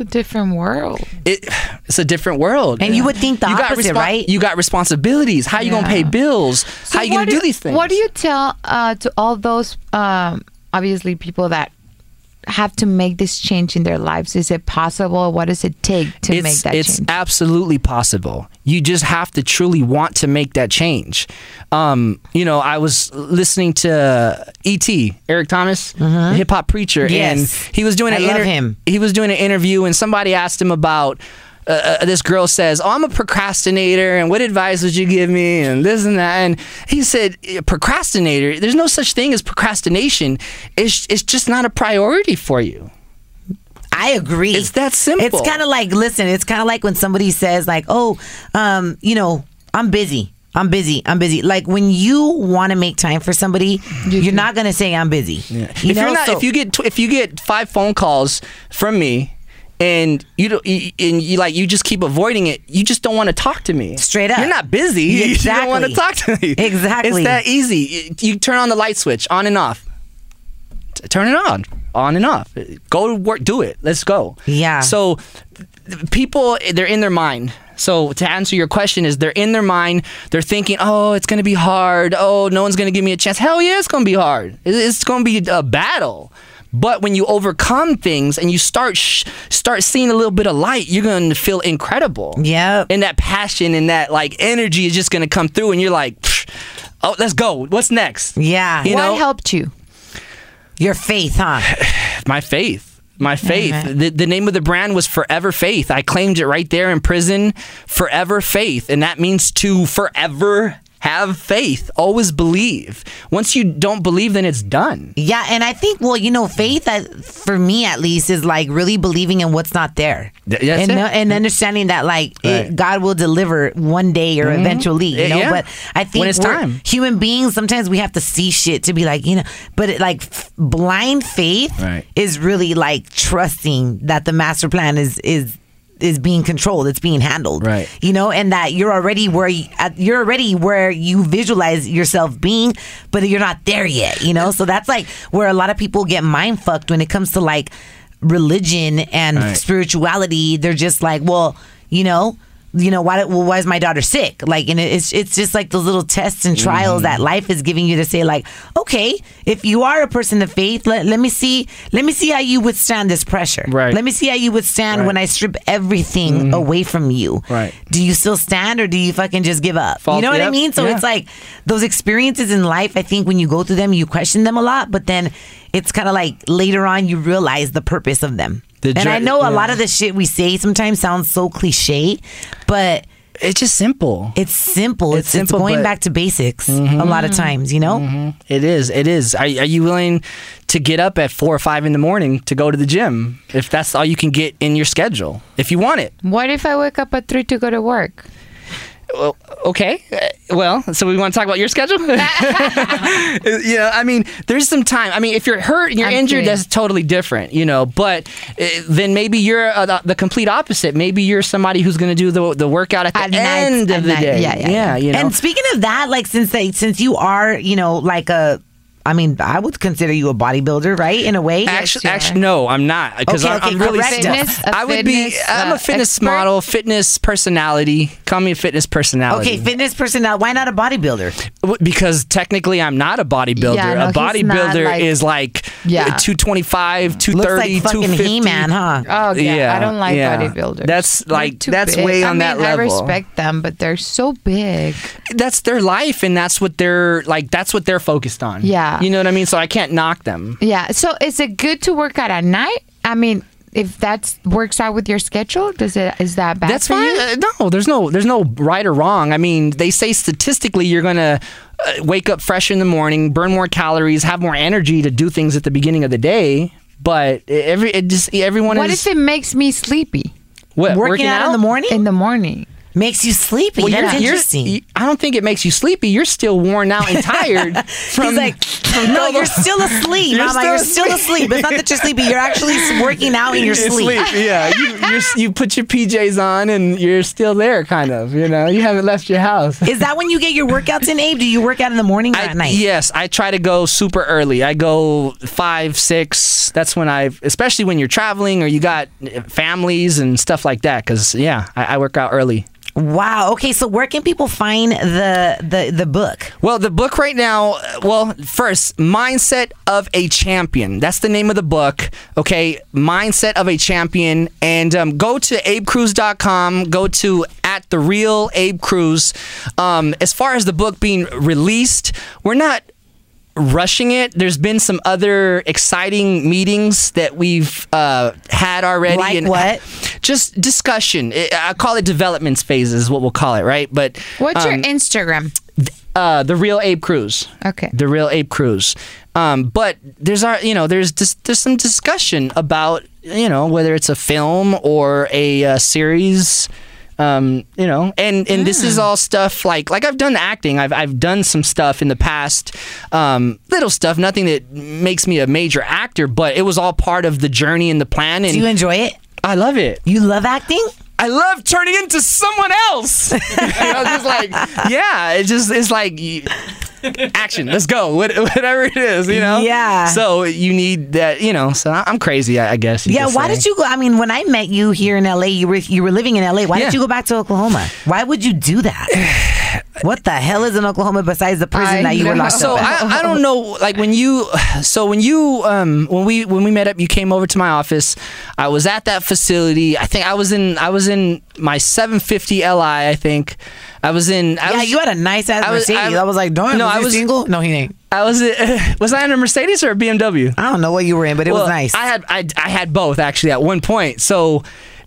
Speaker 2: It's a different world.
Speaker 7: It, it's a different world.
Speaker 1: And you would think the opposite, right?
Speaker 7: You got responsibilities. How you gonna
Speaker 2: Yeah.
Speaker 7: pay bills? How you
Speaker 2: what
Speaker 7: gonna do, these things?
Speaker 2: What do you tell uh, to all those um, obviously people that have to make this change in their lives? Is it possible? What does it take to
Speaker 7: it's,
Speaker 2: make that
Speaker 7: it's
Speaker 2: change?
Speaker 7: absolutely possible. You just have to truly want to make that change. Um, you know, I was listening to E.T. Eric Thomas, hip hop preacher,
Speaker 1: Yes.
Speaker 7: and he was doing.
Speaker 1: I
Speaker 7: an
Speaker 1: love him.
Speaker 7: He was doing an interview, and somebody asked him about. Uh, uh, this girl says, "Oh, I'm a procrastinator, and what advice would you give me?" And this and that, and he said, "Eh, "Procrastinator. There's no such thing as procrastination. It's it's just not a priority for you."
Speaker 1: I agree.
Speaker 7: It's that simple.
Speaker 1: It's kind of like listen. It's kind of like when somebody says like, "Oh, um, you know, I'm busy. I'm busy. I'm busy." Like when you want to make time for somebody, you're not gonna say I'm busy. You
Speaker 7: if
Speaker 1: know,
Speaker 7: you're not,
Speaker 1: So-
Speaker 7: if you get tw- if you get five phone calls from me, and you don't, y- and you like you just keep avoiding it, you just don't want to talk to me.
Speaker 1: Straight up.
Speaker 7: you're not busy. You don't want to
Speaker 1: Exactly.
Speaker 7: talk to me.
Speaker 1: Exactly.
Speaker 7: it's that easy. You turn on the light switch, on and off. T- Turn it on, on and off. Go to work, do it. Let's go.
Speaker 1: Yeah.
Speaker 7: So th- people, they're in their mind. So to answer your question is they're in their mind. They're thinking, oh, it's gonna be hard. Oh, no one's gonna give me a chance. Hell yeah, it's gonna be hard. It- It's gonna be a battle. But when you overcome things and you start sh- start seeing a little bit of light, you're gonna feel incredible.
Speaker 1: Yep.
Speaker 7: And that passion and that like energy is just gonna come through, and you're like, "Pfft, oh, let's go. What's next?
Speaker 1: yeah,
Speaker 7: you
Speaker 2: what
Speaker 7: know-
Speaker 2: helped you?
Speaker 1: your faith, huh?
Speaker 7: my faith. My faith. The, the name of the brand was Forever Faith. I claimed it right there in prison. Forever Faith. And that means to forever have faith. Always believe. Once you don't believe, then it's done.
Speaker 1: Yeah, and I think well, you know, faith I, for me at least is like really believing in what's not there,
Speaker 7: Th- that's
Speaker 1: and
Speaker 7: it.
Speaker 1: no- and understanding that like it,
Speaker 7: Right.
Speaker 1: God will deliver one day or eventually, you
Speaker 7: Eh,
Speaker 1: know.
Speaker 7: yeah.
Speaker 1: But I think
Speaker 7: When it's
Speaker 1: we're-
Speaker 7: time.
Speaker 1: human beings sometimes we have to see shit to be like you know, but it, like f- blind faith
Speaker 7: Right.
Speaker 1: is really like trusting that the master plan is is is being controlled it's being handled
Speaker 7: Right.
Speaker 1: you know and that you're already where you, at- you're already where you visualize yourself being but you're not there yet you know so that's like where a lot of people get mind fucked when it comes to like religion and
Speaker 7: Right.
Speaker 1: spirituality they're just like well you know you know why well, why is my daughter sick like and it's it's just like those little tests and trials
Speaker 7: Mm-hmm.
Speaker 1: that life is giving you to say like okay if you are a person of faith let, let me see let me see how you withstand this pressure
Speaker 7: Right.
Speaker 1: let me see how you withstand
Speaker 7: Right. Mm-hmm.
Speaker 1: when i strip everything away from you
Speaker 7: Right.
Speaker 1: do you still stand or do you fucking just give up?
Speaker 7: Fall-
Speaker 1: you know what I
Speaker 7: yep,
Speaker 1: mean? So
Speaker 7: yeah.
Speaker 1: it's like those experiences in life, I think when you go through them, you question them a lot, but then it's kind of like later on you realize the purpose of them.
Speaker 7: The
Speaker 1: and
Speaker 7: jour-
Speaker 1: I know
Speaker 7: yeah.
Speaker 1: a lot of the shit we say sometimes sounds so cliche, but
Speaker 7: It's just simple.
Speaker 1: it's simple. It's,
Speaker 7: It's
Speaker 1: it's,
Speaker 7: simple,
Speaker 1: going
Speaker 7: but- Mm-hmm.
Speaker 1: back to basics a lot of times, you know?
Speaker 7: It is. It is. Are, are you willing to get up at four or five in the morning to go to the gym if that's all you can get in your schedule? If you want it.
Speaker 2: What if I wake up at three to go to work?
Speaker 7: Well, okay. Uh, Well, so we want to talk about your schedule? you know, I mean, there's some time. I mean, if you're hurt and you're
Speaker 2: I'm
Speaker 7: injured,
Speaker 2: kidding.
Speaker 7: that's totally different, you know. But uh, then maybe you're uh, the, the complete opposite. Maybe you're somebody who's going to do the, the workout at the
Speaker 2: At night,
Speaker 7: end
Speaker 2: at
Speaker 7: of the
Speaker 2: night.
Speaker 7: day.
Speaker 2: Yeah, yeah, yeah.
Speaker 7: you know.
Speaker 1: And speaking of that, like since they since you are, you know, like a I mean, I would consider you a bodybuilder, right? In a way.
Speaker 7: Actually,
Speaker 2: you
Speaker 7: actually, no, I'm not because
Speaker 1: Okay,
Speaker 7: I'm,
Speaker 1: okay,
Speaker 7: I'm really
Speaker 1: correct
Speaker 7: stuck.
Speaker 2: us. A
Speaker 7: I would be.
Speaker 2: fitness,
Speaker 7: I'm
Speaker 2: uh,
Speaker 7: a fitness
Speaker 2: expert?
Speaker 7: model, fitness personality. Call me a fitness personality.
Speaker 1: Okay, fitness personnel. Why not a bodybuilder?
Speaker 7: W- because technically I'm not a bodybuilder.
Speaker 2: Yeah, no,
Speaker 7: a
Speaker 2: he's not,
Speaker 7: bodybuilder
Speaker 2: like-
Speaker 7: is like uh,
Speaker 2: Yeah.
Speaker 7: 225, 230,
Speaker 1: Looks like fucking
Speaker 7: 250.
Speaker 1: He-Man, huh?
Speaker 2: Oh yeah, I don't like
Speaker 7: yeah.
Speaker 2: bodybuilders.
Speaker 7: That's
Speaker 2: They're
Speaker 7: like
Speaker 2: too
Speaker 7: that's
Speaker 2: big.
Speaker 7: way
Speaker 2: I
Speaker 7: on
Speaker 2: mean,
Speaker 7: that level.
Speaker 2: I respect them, but they're so big.
Speaker 7: That's their life and that's what they're like that's what they're focused on.
Speaker 2: Yeah.
Speaker 7: You know what I mean? So I can't knock them.
Speaker 2: Yeah. So is it good to work out at night? I mean, if that works out with your schedule, does it is that bad?
Speaker 7: That's
Speaker 2: for
Speaker 7: fine.
Speaker 2: you?
Speaker 7: Uh, no, there's no there's no right or wrong. I mean, they say statistically you're gonna uh, wake up fresher in the morning, burn more calories, have more energy to do things at the beginning of the day. But e-, every it just everyone
Speaker 2: What
Speaker 7: is
Speaker 2: if it makes me sleepy
Speaker 7: what,
Speaker 1: Working, out, in the morning
Speaker 2: in the morning?
Speaker 1: makes you sleepy. That's
Speaker 7: you're-
Speaker 1: interesting.
Speaker 7: you- I don't think it makes you sleepy. You're still worn out and tired. from,
Speaker 1: He's like,
Speaker 7: from
Speaker 1: no,
Speaker 7: all the-
Speaker 1: you're still asleep.
Speaker 7: You're
Speaker 1: Mama.
Speaker 7: still
Speaker 1: you're still asleep. It's not that you're sleepy. You're actually working out in your sleep.
Speaker 7: Yeah, you you're, s- you put your PJs on and you're still there, kind of. You know, you haven't left your house.
Speaker 1: Is that when you get your workouts in, Abe? Do you work out in the morning or
Speaker 7: I-
Speaker 1: at night?
Speaker 7: Yes, I try to go super early. I go five, six. That's when I, especially when you're traveling or you got eh, families and stuff like that. Because yeah, I, I work out early.
Speaker 1: Wow. Okay, so where can people find the the the book?
Speaker 7: Well, the book right now, well, first, Mindset of a Champion. That's the name of the book, okay? Mindset of a Champion. And um, go to abecruz.com, go to at the real Abe Cruz. Um, as far as the book being released, we're not rushing it. There's been some other exciting meetings that we've uh, had already.
Speaker 1: Like what?
Speaker 7: Just discussion. I I call it development phase is what we'll call it, right? But
Speaker 2: What's your
Speaker 7: um,
Speaker 2: Instagram?
Speaker 7: uh, the real Abe Cruz.
Speaker 2: Okay.
Speaker 7: The real Abe Cruz. Um, but there's our, you know, there's dis- there's some discussion about you know whether it's a film or a uh, series. Um, you know, and and this
Speaker 1: Mm.
Speaker 7: is all stuff like like I've done acting. I've I've done some stuff in the past, um, little stuff. Nothing that makes me a major actor, but it was all part of the journey and the plan. And
Speaker 1: Do you enjoy it?
Speaker 7: I love it.
Speaker 1: You love acting?
Speaker 7: I love turning into someone else. you know, just like yeah, it just it's like y- action. Let's go, what, whatever it is, you know.
Speaker 1: Yeah.
Speaker 7: So you need that, you know. So I- I'm crazy, I I guess. you
Speaker 1: Yeah,
Speaker 7: could
Speaker 1: why
Speaker 7: say.
Speaker 1: did you go I mean, when I met you here in LA, you were you were living in LA. Why
Speaker 7: Yeah.
Speaker 1: did you go back to Oklahoma? Why would you do that? what the hell is in Oklahoma besides the prison
Speaker 2: I
Speaker 1: that you were
Speaker 2: know.
Speaker 1: locked
Speaker 7: So
Speaker 1: up in?
Speaker 7: I, I don't know, like when you, so when you, um, when we when we met up, you came over to my office. I was at that facility. I think I was in I was in my 750 Li. I think I was in. I
Speaker 1: yeah,
Speaker 7: was,
Speaker 1: you had a nice ass
Speaker 7: I was-
Speaker 1: Mercedes. I was,
Speaker 7: I-
Speaker 1: like, don't
Speaker 7: No,
Speaker 1: was
Speaker 7: I
Speaker 1: he
Speaker 7: was-
Speaker 1: single? No, he ain't.
Speaker 7: I was was I in a Mercedes or a BMW?
Speaker 1: I don't know what you were in, but it was nice.
Speaker 7: I had I, I had both actually at one point. So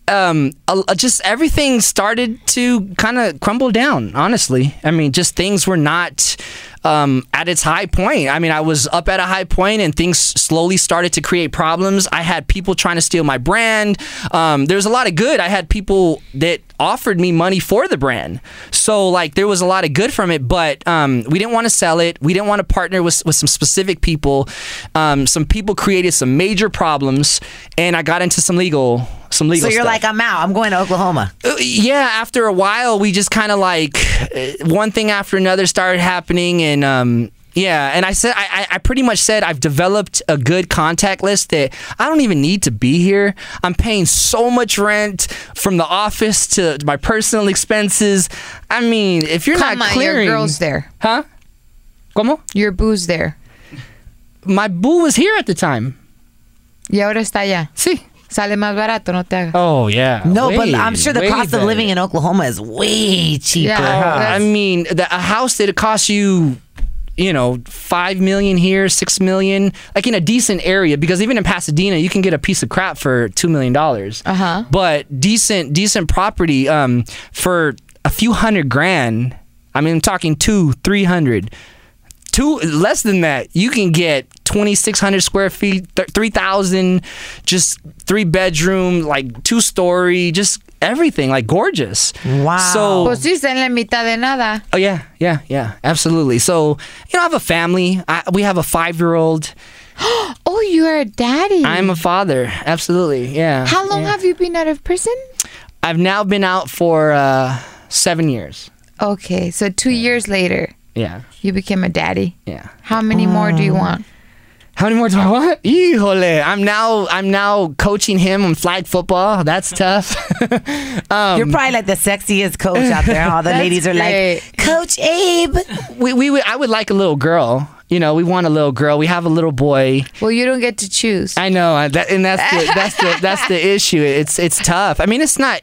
Speaker 7: um a- a- just everything started to kind of crumble down honestly i mean just things were not um at its high point i mean i was up at a high point and things slowly started to create problems i had people trying to steal my brand um there was a lot of good i had people that offered me money for the brand so like there was a lot of good from it but um we didn't want to sell it we didn't want to partner with with some specific people um some people created some major problems and i got into some legal some legal
Speaker 1: so you're
Speaker 7: stuff.
Speaker 1: like, I'm out. I'm going to Oklahoma.
Speaker 7: Uh, yeah after a while we just kind of like uh, one thing after another started happening and um yeah and i said I, I- I pretty much said i've developed a good contact list that i don't even need to be here i'm paying so much rent from the office to my personal expenses i mean if you're
Speaker 2: Come
Speaker 7: not
Speaker 2: on, your
Speaker 7: clearing
Speaker 2: girl's there.
Speaker 7: huh como
Speaker 2: Your boo's there.
Speaker 7: my boo was here at the time
Speaker 2: Y ahora está allá.
Speaker 7: see
Speaker 2: Sale más barato, no te hagas.
Speaker 7: oh yeah
Speaker 1: No,
Speaker 7: Way-
Speaker 1: but I'm sure the
Speaker 7: way
Speaker 1: cost of
Speaker 7: better.
Speaker 1: living in Oklahoma is way cheaper.
Speaker 2: Yeah. oh,
Speaker 7: Uh, I
Speaker 2: that's-
Speaker 7: mean, the, a house that costs you, you know, five million here, six million, like in a decent area. Because even in Pasadena, you can get a piece of crap for two million dollars. Uh
Speaker 2: Uh-huh.
Speaker 7: But decent, decent property, um, for a few hundred grand. I mean, I'm talking two, three hundred. Two less than that, you can get twenty six hundred square feet, th- three thousand, just three bedroom, like two story, just everything, like gorgeous.
Speaker 1: Wow.
Speaker 7: So
Speaker 2: Pues sí, está en la mitad de nada.
Speaker 7: Oh yeah, yeah, yeah, absolutely. So you know, I have a family. I, we have a five-year-old.
Speaker 2: Oh, you're a daddy.
Speaker 7: I'm a father. Absolutely, yeah.
Speaker 2: Hmm. How long have you been out of prison?
Speaker 7: I've now been out for uh, seven years.
Speaker 2: Okay, so two years later,
Speaker 7: Yeah,
Speaker 2: you became a daddy.
Speaker 7: yeah.
Speaker 2: How many more do
Speaker 7: Um,
Speaker 2: you want?
Speaker 7: How many more do I want? Híjole. I'm now I'm now coaching him on flag football. That's tough.
Speaker 1: You're probably like the sexiest coach out there. All the ladies are
Speaker 2: great.
Speaker 1: like, Coach Abe.
Speaker 7: we, we would- I would like a little girl. You know, we want a little girl. We have a little boy.
Speaker 2: Well, you don't get to choose.
Speaker 7: I know, I- that, and that's the, that's the that's the issue. It's it's tough. I mean, it's not,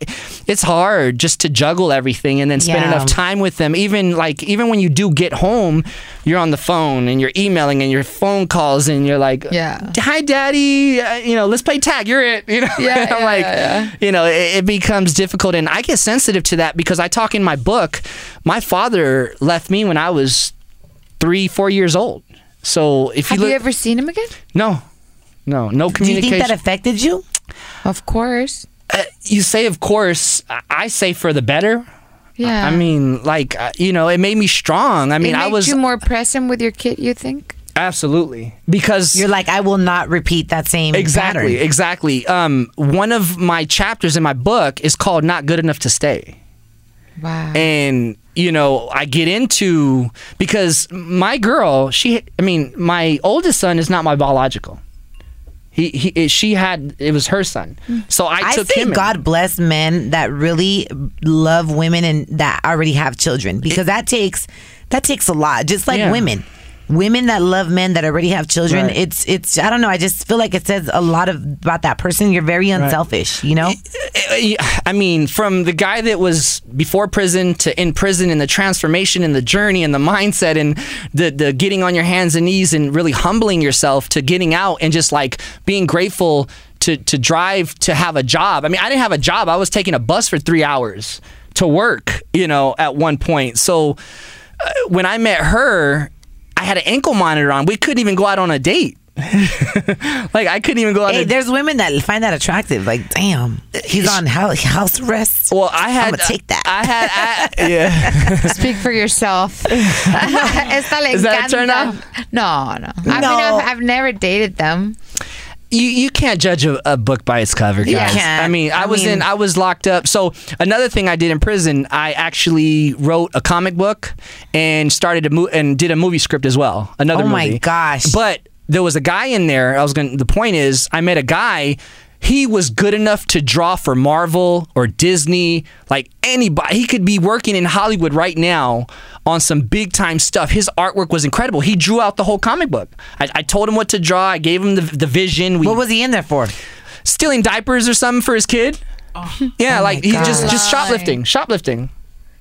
Speaker 7: it's hard just to juggle everything and then spend
Speaker 1: Yeah.
Speaker 7: enough time with them. Even like even when you do get home, you're on the phone and you're emailing and your phone calls and you're like,
Speaker 2: Yeah.
Speaker 7: hi, daddy. Uh, you know, let's play tag. You're it. You know,
Speaker 2: Yeah,
Speaker 7: I'm
Speaker 2: yeah,
Speaker 7: like,
Speaker 2: yeah.
Speaker 7: you know, it, it becomes difficult, and I get sensitive to that because I talk in my book. My father left me when I was three, four years old. So if you
Speaker 2: Have
Speaker 7: look,
Speaker 2: you ever seen him again?
Speaker 7: no, no, no
Speaker 1: Do you
Speaker 7: communication.
Speaker 1: think that affected you?
Speaker 2: Of course.
Speaker 7: you say, of course, I- I say for the better.
Speaker 2: Yeah.
Speaker 7: I mean, like uh, you know, it made me strong. I mean,
Speaker 2: it
Speaker 7: I
Speaker 2: made
Speaker 7: was
Speaker 2: you more present with your kid. You think?
Speaker 7: absolutely because
Speaker 1: You're like, I will not repeat that same
Speaker 7: exactly,
Speaker 1: pattern.
Speaker 7: exactly. Um, one of my chapters in my book is called "Not Good Enough to Stay."
Speaker 2: Wow.
Speaker 7: and you know i get into because my girl she i mean my oldest son is not my biological he, he it, she had it was her son so i,
Speaker 1: Hmm. I
Speaker 7: took him
Speaker 1: think
Speaker 7: in.
Speaker 1: God bless men that really love women and that already have children because that takes that takes a lot. Just like
Speaker 7: Yeah.
Speaker 1: women, women that love men that already have children,
Speaker 7: Right.
Speaker 1: it's it's I don't know. I just feel like it says a lot of about that person. You're very unselfish, you know.
Speaker 7: I mean, from the guy that was before prison to in prison, and the transformation, and the journey, and the mindset, and the the getting on your hands and knees, and really humbling yourself to getting out and just like being grateful to to drive to have a job. I mean, I didn't have a job; I was taking a bus for three hours to work. You know, at one point. So uh, when I met her, I had an ankle monitor on. We couldn't even go out on a date. like I couldn't even go out. on
Speaker 1: Hey,
Speaker 7: a
Speaker 1: there's women that find that attractive. Like, damn, he's on house, house arrest.
Speaker 7: well, I had uh,
Speaker 1: I'm gonna take that.
Speaker 7: I had I, yeah.
Speaker 2: Speak for yourself. Esta le
Speaker 7: Is that a
Speaker 2: encanta.
Speaker 7: turn off?
Speaker 2: No, no. I mean,
Speaker 1: No.
Speaker 2: I've, I've never dated them.
Speaker 7: you you can't judge a, a book by its cover, guys.
Speaker 2: You
Speaker 1: can't.
Speaker 7: I mean, I,
Speaker 1: I
Speaker 7: was in
Speaker 1: mean-
Speaker 7: I was locked up. So another thing I did in prison, I actually wrote a comic book and started a mo- and did a movie script as well. Another
Speaker 1: Oh my
Speaker 7: movie.
Speaker 1: gosh.
Speaker 7: But there was a guy in there. I was going. to The point is, I met a guy. He was good enough to draw for Marvel or Disney, like anybody. He could be working in Hollywood right now on some big time stuff. His artwork was incredible. He drew out the whole comic book. I, I told him what to draw. I gave him the, the vision. We
Speaker 1: what was he in there for?
Speaker 7: stealing diapers or something for his kid.
Speaker 1: Oh
Speaker 7: Yeah, like he's just just shoplifting, shoplifting.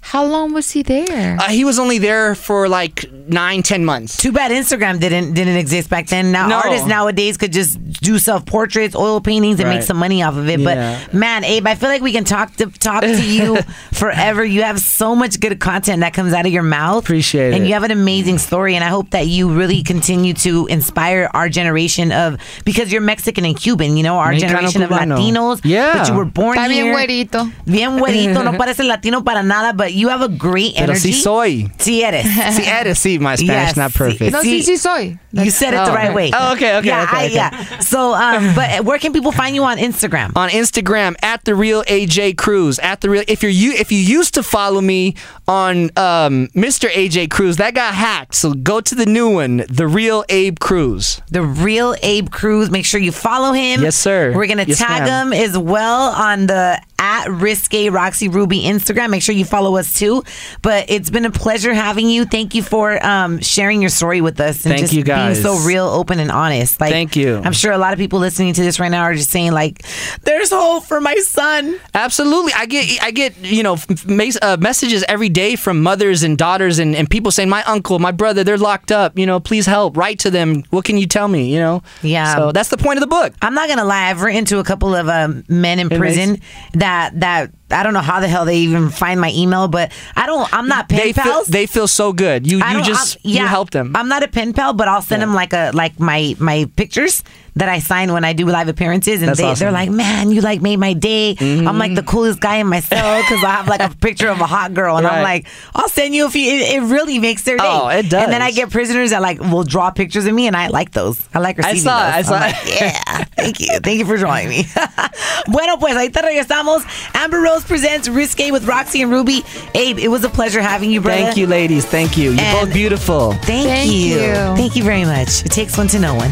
Speaker 2: How long was he there?
Speaker 7: Uh, he was only there for like nine, ten months.
Speaker 1: Too bad Instagram didn't didn't exist back then. Now
Speaker 7: No.
Speaker 1: artists nowadays could just do self portraits, oil paintings, and make
Speaker 7: Right.
Speaker 1: some money off of it.
Speaker 7: Yeah.
Speaker 1: But man, Abe, I feel like we can talk to talk to you forever. You have so much good content that comes out of your mouth.
Speaker 7: Appreciate
Speaker 1: And
Speaker 7: it.
Speaker 1: you have an amazing story, and I hope that you really continue to inspire our generation of because you're Mexican and Cuban. You know, our
Speaker 7: Mexicano,
Speaker 1: generation of
Speaker 7: Cubano.
Speaker 1: Latinos.
Speaker 7: Yeah.
Speaker 1: but you were born
Speaker 2: Está bien
Speaker 1: here.
Speaker 2: güerito.
Speaker 1: Bien güerito, no parece latino para nada, but you have a great
Speaker 7: Pero
Speaker 1: energy.
Speaker 7: sí soy.
Speaker 1: Sí eres.
Speaker 7: See, I had to see my Spanish
Speaker 1: Yes,
Speaker 7: not perfect.
Speaker 2: No,
Speaker 1: See-
Speaker 2: sí, sí soy.
Speaker 1: You said it the
Speaker 7: Oh,
Speaker 1: right
Speaker 7: okay.
Speaker 1: way.
Speaker 7: Oh, okay, okay,
Speaker 1: yeah,
Speaker 7: okay,
Speaker 1: I,
Speaker 7: okay.
Speaker 1: yeah. So, um, but where can people find you on Instagram?
Speaker 7: on Instagram at the real AJ Cruz at the real. If you're you if you used to follow me on um, Mr. AJ Cruz, that got hacked. So go to the new one, the real Abe Cruz.
Speaker 1: The real Abe Cruz. Make sure you follow him.
Speaker 7: Yes, sir.
Speaker 1: We're gonna
Speaker 7: Yes,
Speaker 1: tag
Speaker 7: ma'am.
Speaker 1: him as well on the at risque Roxy Ruby Instagram. Make sure you follow us too. But it's been a pleasure having you. Thank you for um, sharing your story with us and
Speaker 7: Thank
Speaker 1: just
Speaker 7: you, guys.
Speaker 1: being so real, open, and honest. Like,
Speaker 7: Thank you.
Speaker 1: I'm sure a lot of people listening to this right now are just saying like, "There's hope for my son."
Speaker 7: Absolutely, I get I get you know f- mes- uh, messages every day from mothers and daughters and, and people saying my uncle, my brother, they're locked up. You know, please help. Write to them. What can you tell me? You know.
Speaker 1: Yeah.
Speaker 7: So that's the point of the book.
Speaker 1: I'm not gonna lie. I've written to a couple of um, men in
Speaker 7: Inmates?
Speaker 1: prison that that I don't know how the hell they even find my email, but I don't. I'm not pen
Speaker 7: They feel,
Speaker 1: pals.
Speaker 7: they feel so good. You
Speaker 1: I
Speaker 7: you
Speaker 1: don't-
Speaker 7: just
Speaker 1: I'm- yeah,
Speaker 7: you help them.
Speaker 1: I'm not a pen pal, but I'll send them like a like my my pictures that I sign when I do live appearances, and
Speaker 7: That's
Speaker 1: they
Speaker 7: awesome. Mm-hmm.
Speaker 1: they're like, man, you like made my day. I'm like the coolest guy in my cell because I have like a picture of a hot girl, and I'm
Speaker 7: Right.
Speaker 1: like, I'll send you a few. It, it really makes their day.
Speaker 7: Oh, it does.
Speaker 1: And then I get prisoners that like will draw pictures of me, and I like those. I like receiving
Speaker 7: saw it,
Speaker 1: those.
Speaker 7: I
Speaker 1: I'm
Speaker 7: saw
Speaker 1: like,
Speaker 7: it.
Speaker 1: yeah, thank you, thank you for drawing me. bueno, pues ahí te regresamos. Amber Rose presents Risque with Roxy and Ruby. Abe, it was a pleasure having you, brother.
Speaker 7: Thank you, ladies. Thank you. You're
Speaker 1: And-
Speaker 7: both beautiful.
Speaker 1: Thank,
Speaker 2: Thank
Speaker 1: you.
Speaker 2: you.
Speaker 1: Thank you very much. It takes one to know one.